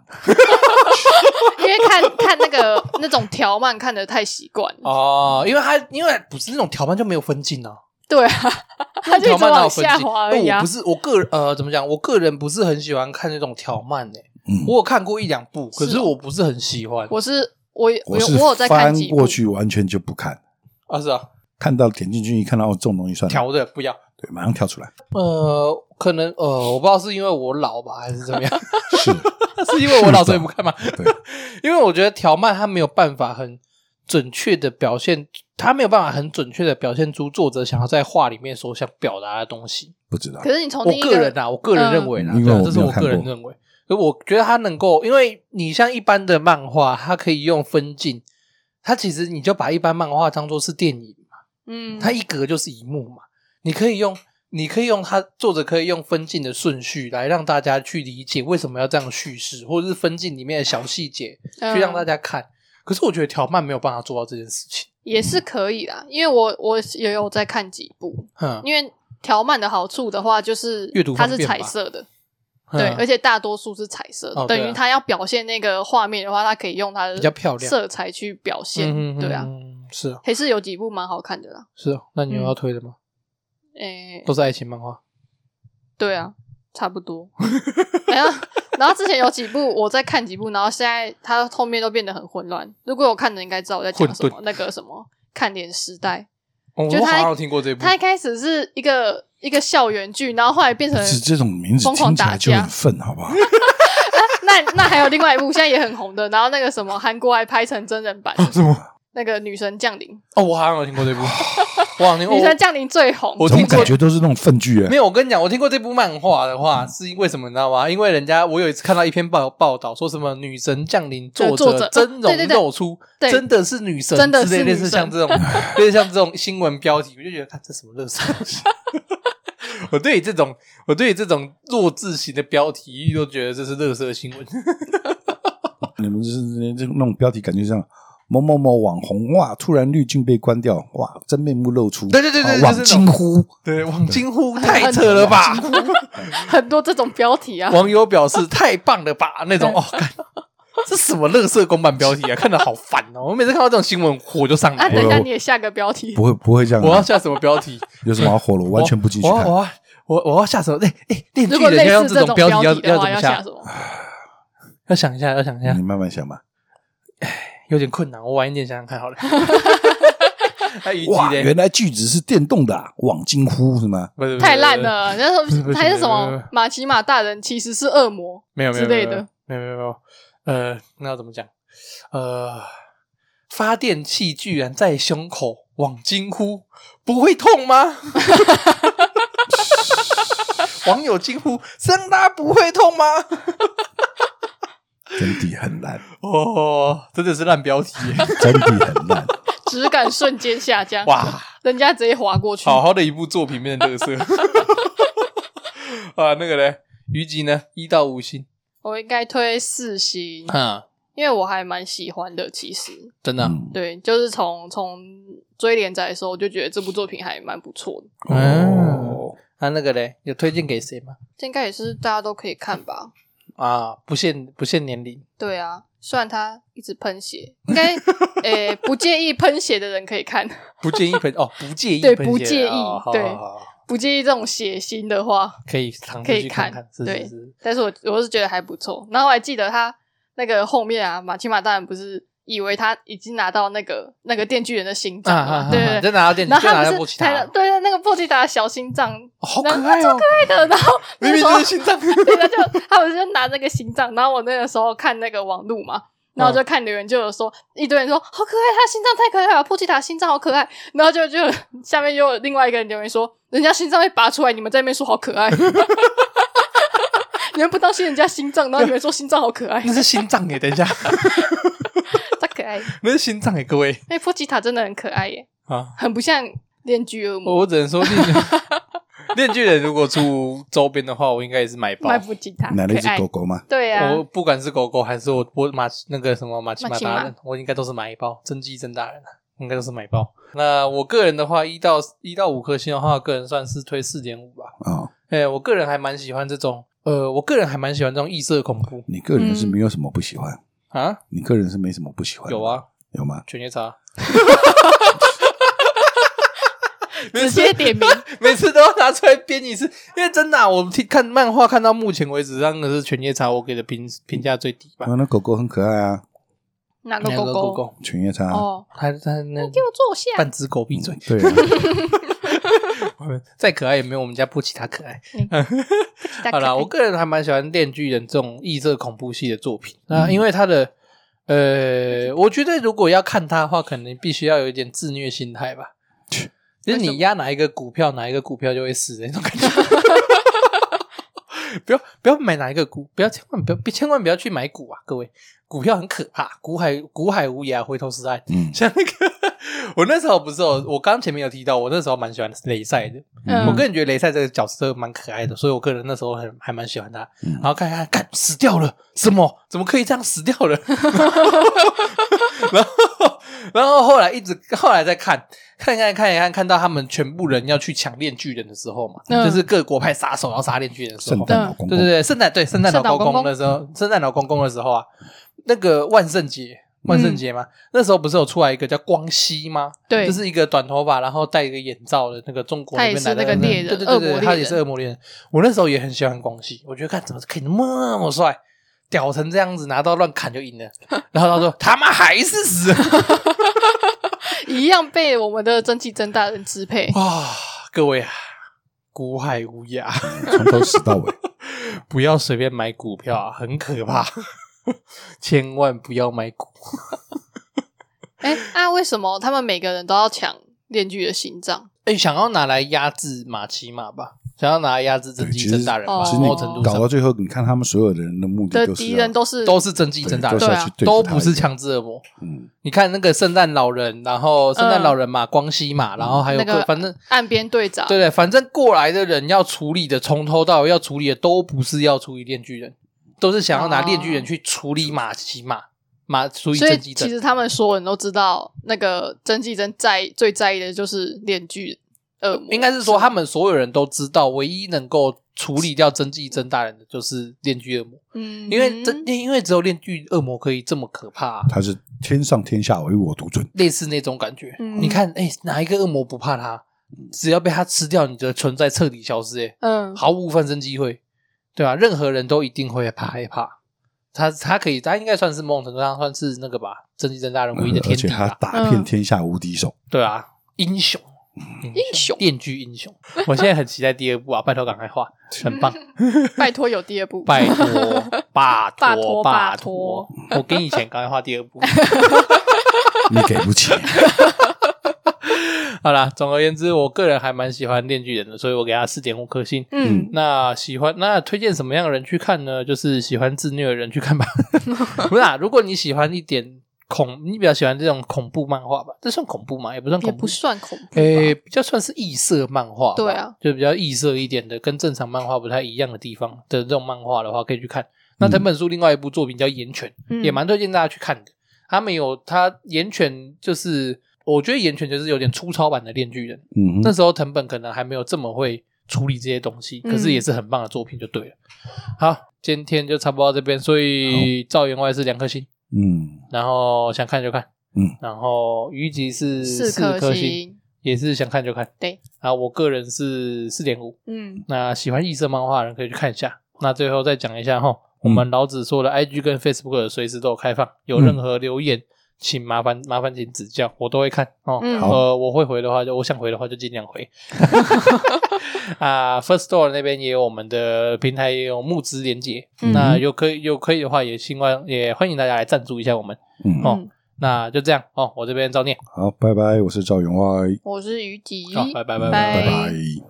因为看看那个那种条漫看的太习惯了。
哦，因为它因为不是那种条漫就没有分镜啊，
对啊， 他就一
条
直
漫哪有
往
分
下
镜？哦
滑而已
我
啊
不。是我个人呃，怎么讲？我个人不是很喜欢看那种条漫诶、
嗯，
我有看过一两部，可
是
是
哦
我不是很喜欢。
我是我有我有
是
我有在看
翻
几部
过，去完全就不看，
啊是啊，
看到点进去一看到哦，这种东西算了，
调的不要。
对，马上跳出来，
呃，可能呃，我不知道是因为我老吧，还是怎么样？
是，
是因为我老所以不看吗？
对，
因为我觉得条漫它没有办法很准确的表现，它没有办法很准确的表现出作者想要在画里面所想表达的东西。
不 知道
可，是你从
我
另一
个人啊，我个人
嗯
认为啦，
因为
对啊
我
这是
没有
我
看
个人
过
认为，所以我觉得它能够，因为你像一般的漫画，它可以用分镜，它其实你就把一般漫画当做是电影嘛，
嗯，
它一格就是一幕嘛，你可以用。你可以用它作者可以用分镜的顺序来让大家去理解为什么要这样叙事，或者是分镜里面的小细节，去让大
家
家看。可是我觉得条漫没有办法做到这件事情。
也是可以啦，因为我我也有在看几部，
嗯，
因为条漫的好处的话就是
阅读
它
方
是
便吧
彩色的，对，
嗯
而且大多数是彩色的，
哦对啊
等于它要表现那个画面的话，它可以用它的
比较漂亮
色彩去表现，
嗯
对啊，，
嗯是啊，
还是有几部蛮好看的啦，
是啊。那你有
嗯
要推的吗？
诶、
都是爱情漫画。
对啊，差不多。然后，然后之前有几部我在看几部，然后现在它后面都变得很混乱。如果有看的应该知道我在讲什么，那个什么看脸时代，
哦
就
我
它
好像有听过这部。
它一开始是一个一个校园剧，然后后来变成
是这种名字
疯狂
听起
打
来就
架
很。愤，好不 好？
那那还有另外一部现在也很红的，然后那个什么韩国还拍成真人版，
啊什么？
那个女神降临，
哦，我好像有听过 这部。哦我好像听过
女神
我。
降临最红。
我
怎么
听过
感觉都是那种粪剧 啊
没？有，我跟你讲，我听过这部漫画的
嗯
话，是因为什么你知道吗？因为人家我有一次看到一篇报报道，说什么女神降临，
对作
者
者哦
真
对对
容
对
露出，
对
真的是女神，
真的
之类
是
类
女
似
神
像这种， 类似像这种新闻标题，我就觉得看这什么乐色东西。 我对于这种，我对于这种弱智型的标题，都觉得这是乐色新闻。
啊你们就是这那种标题，感觉像某某某网红哇，突然滤镜被关掉，哇，真面目露 出，
对对对对
啊
就是
网
那种
惊呼，
对，网金呼太扯了吧！
很多这种标题啊，
网友表示太棒了吧，那种哦，干这什么乐色公版标题啊，看得好烦哦！我每次看到这种新闻，火就上来
啊，
了。
等一下你也下个标题
不，会不会这样啊，
我要下什么标题？
有什么好火了？我完全不进去
我要
看，
我要我我要下什么？哎哎，电
如
锯
果
人
类
要用
似这种
种标
标
要
题的
要
话，
怎
要
么
下
下
什？么？
要想一下，要想一下
你，慢慢想吧。
有点困难，我晚一点想想看 好了。 哎还虞
哇，
姬嘞
原，来句子是电动的啊，网惊呼是吗？
不是不是
太烂
不是
了，那
不是不
时候
是
还是什
不是
么
不是
马奇马大人其实是恶魔，
没有没有
之类的，
没有没有没有没有，呃，那要怎么讲？呃，发电器居然在胸口，网惊呼，不会痛吗？ 网友惊呼：“桑拉不会痛吗
真的很烂，？”
哦，真的是烂标题耶
真的很烂，
质感瞬间下降，
哇！
人家直接划过去。
好好的一部作品变成特色 啊！那个嘞，虞姬呢？一到五星
我应该推四星，
啊，
因为我还蛮喜欢的。其实，
真的啊
嗯
对，就是从从追连载的时候，我就觉得这部作品还蛮不错的。
嗯
哦，
啊，那个嘞，有推荐给谁吗？
这应该也是大家都可以看吧？
啊，不限不限年龄，
对啊，虽然他一直喷血，应该诶、不介意喷血的人可以看，
不介意喷哦，不介意
对
喷血
不介意
哦好
对
好好好
不介意这种血腥的话，
可以尝
可
试
以
去看
看
是
对
是是，
但是我我是觉得还不错。然后我还记得他那那个后面啊，马奇马大人不是以为他已经拿到那个那个电锯人的心
啊
脏
啊
嘛
啊，
对
啊
对对。
再拿到电，
然
再
后他
拿到
不
波
是
奇
才
塔
拿，对对，那个波吉达的小心脏，
哦好可
然后
爱哦
超可爱的。然 后那
明明
时候
就是心 脏，
对，他就他们就拿那个心脏，然后我那个时候看那个网路嘛，然后就看留言就有说，一堆人说好可爱，他心脏太可爱了，波吉塔心脏好可爱，然后就就下面又有另外一个人留言说，人家心脏被拔出来，你们在那边说好可爱， 你们不当心人家心脏，然后你们说心脏好可 爱，
那是心脏耶！等一下，
太可爱，因
那是心脏耶，各位
为波吉塔真的很可爱耶，
啊！
很不像恋巨恶魔，
我我只能 说，链链锯人如果出周边的话，我应该也是买包
买。波吉塔，
买了一
可
只
爱
狗，狗嘛，
对啊呀、
我不管是狗狗还是我我马那个什么马奇马达
马奇
人
马，
我应该都是买一包，真鸡真大人啊，应该都是买包。那我个人的话，一到一到五颗星的话，个人算是推四点五吧。
啊，
哎、我个人还蛮喜欢这种，呃，我个人还蛮喜欢这种异色恐怖
你个人是
嗯
没有什么不喜欢，
啊，
你个人是没什么不喜欢，
有，啊，
有吗？
犬夜叉。
直接点 名，
每次都要拿出来编一次，因为真的啊、我听看漫画看到目前为止，那个是犬夜叉，我给的评评价最低吧
嗯
啊。，那狗狗很可爱啊，
哪个
两
狗
个狗
狗？
狗，
犬夜叉啊，
哦，
它它那
给我坐下，
半只狗闭嘴，
对啊，
再可爱也没有我们家波奇塔可爱。
嗯
好
大可爱
啦，我个人还蛮喜欢《电锯人》这种异色恐怖系的作品。那
嗯
因为它的，呃，我觉得如果要看它的话，可能必须要有一点自虐心态 吧。就是你压哪一个股票，哪一个股票就会死的那种感 觉。不要不要买哪一个股，不要千万不要千万不要去买股啊，各位，股票很可怕，股海股海无涯，回头是岸。
嗯，
像那个， 我那时候不是有，我刚前面有提到，我那时候蛮喜欢雷赛的，
嗯
我个人觉得雷赛这个角色蛮可爱的，所以我个人那时候很还蛮喜欢他。
嗯
然后看看看死掉了，什么？怎么可以这样死掉 了？然后然后后来一直后来再看看一看看一看，看到他们全部人要去抢炼巨人的时候嘛，
嗯
就是各国派杀手要杀炼巨人的时
圣
候，
诞老公
对
公，
对对，圣诞对圣诞老
圣诞
公
公
公
公
的时候，圣诞老公公的时候啊，那个万圣节。万圣节嘛，那时候不是有出来一个叫光熙吗？
嗯对
就是一个短头发，然后戴一个眼罩的那个中国那边来的
他也是那个猎人
对对
恶魔
对
猎
对，
人
他也是恶魔猎人。我那时候也很喜欢光熙，我觉得看怎么可以那么帅，屌成这样子，拿刀乱砍就赢 了。然后他说他妈还是死了，。
一样被我们的真气真大人支配
哇，各位啊，股海无涯，
从头死到尾，
不要随便买股票啊，很可怕，千万不要买股。
哎、啊，为什么他们每个人都要抢链锯的心脏？
哎、想要拿来压制马奇马吧，想要拿来压制真
对其
纪
实
真大人吧，
哦
其实
某种程
你
度
搞
上
到最后，你看他们所有的人的目的
的
就是
敌
要
人都是
啊都是真纪真大
对
人
都
对，
是
啊
要去对
都
付他
不是
一个
强制恶魔。
嗯，
你看那个圣诞老人，然后圣诞老人嘛，光熙嘛，然后还有个、
嗯那个啊
反正
岸边队长，
对对，反正过来的人要处理的，从头到尾要处理的都不是要处理炼巨人，都是想要拿
哦
炼巨人去处理马奇马马处理
所以
真纪
其
真。
实他们所有人都知道，那个真纪真在最在意的就是链锯恶魔，
应该是说他们所有人都知道，唯一能够处理掉真纪真大人的就是炼巨恶魔。
嗯，
因为真因为只有炼巨恶魔可以这么可怕啊、
他是天上天下唯我独尊，
类似那种感觉。
嗯
你看，哎、哪一个恶魔不怕他？只要被他吃掉，你的存在彻底消失、哎，
嗯
毫无翻身机会，对吧、啊任何人都一定会怕害怕。他他可以，他应该算是某种程度上算是那个吧，真纪真大人唯一的
呃
天啊
而且
敌
他
吧，
打遍
嗯
天下无敌手，
对啊，英雄，
英雄，
电锯英雄。嗯 我现在很期待第二部啊，拜托赶快画，嗯很棒。
拜托有第二部，
拜托，拜
拜
托，
托
拜托
拜托！
我给你钱，赶快画第二部。
你给 不起，
好啦，总而言之，我个人还蛮喜欢《恋巨人》的，所以我给他四点五颗星。
嗯，
那喜欢那推荐什么样的人去看呢？就是喜欢自虐的人去看 吧。不是啊，如果你喜欢一点恐，你比较喜欢这种恐怖漫画吧？这算恐怖吗？也不算
也
恐怖，
不算恐怖吧，
诶、比较算是异色漫画吧，
对啊，
就比较异色一点的，跟正常漫画不太一样的地方的这种漫画的话，可以去看。那整本书另外一部作品叫《岩泉》，
嗯
也蛮推荐大家去看的。他没有，他岩泉就是，我觉得岩泉就是有点粗糙版的《炼巨人》，
嗯
那
哼，
时候藤本可能还没有这么会处理这些东西，
嗯
可是也是很棒的作品，就对了。好，今天就差不多到这边，所以赵员外是两颗星，
嗯，
然后想看就看，
嗯，
然后虞姬是
四
颗
颗
星，
星，
也是想看就看，
对。
然后我个人是四点五，
嗯，
那喜欢异色漫画的人可以去看一下。那最后再讲一下哈，我们老子说的 IG 跟 Facebook 随时都有开放，有任何留言，请麻烦麻烦请指教，我都会看哦。
嗯
好
呃，我会回的话就我想回的话就尽量回。 啊，First Store 那边也有我们的平台，也有募资连接，
嗯
那有可以有可以的话也希望也欢迎大家来赞助一下我们。
嗯，
哦那就这样哦，我这边照念，哦
好，拜拜，我是赵永华，
我是虞姬，
好，拜拜拜
拜
拜
拜。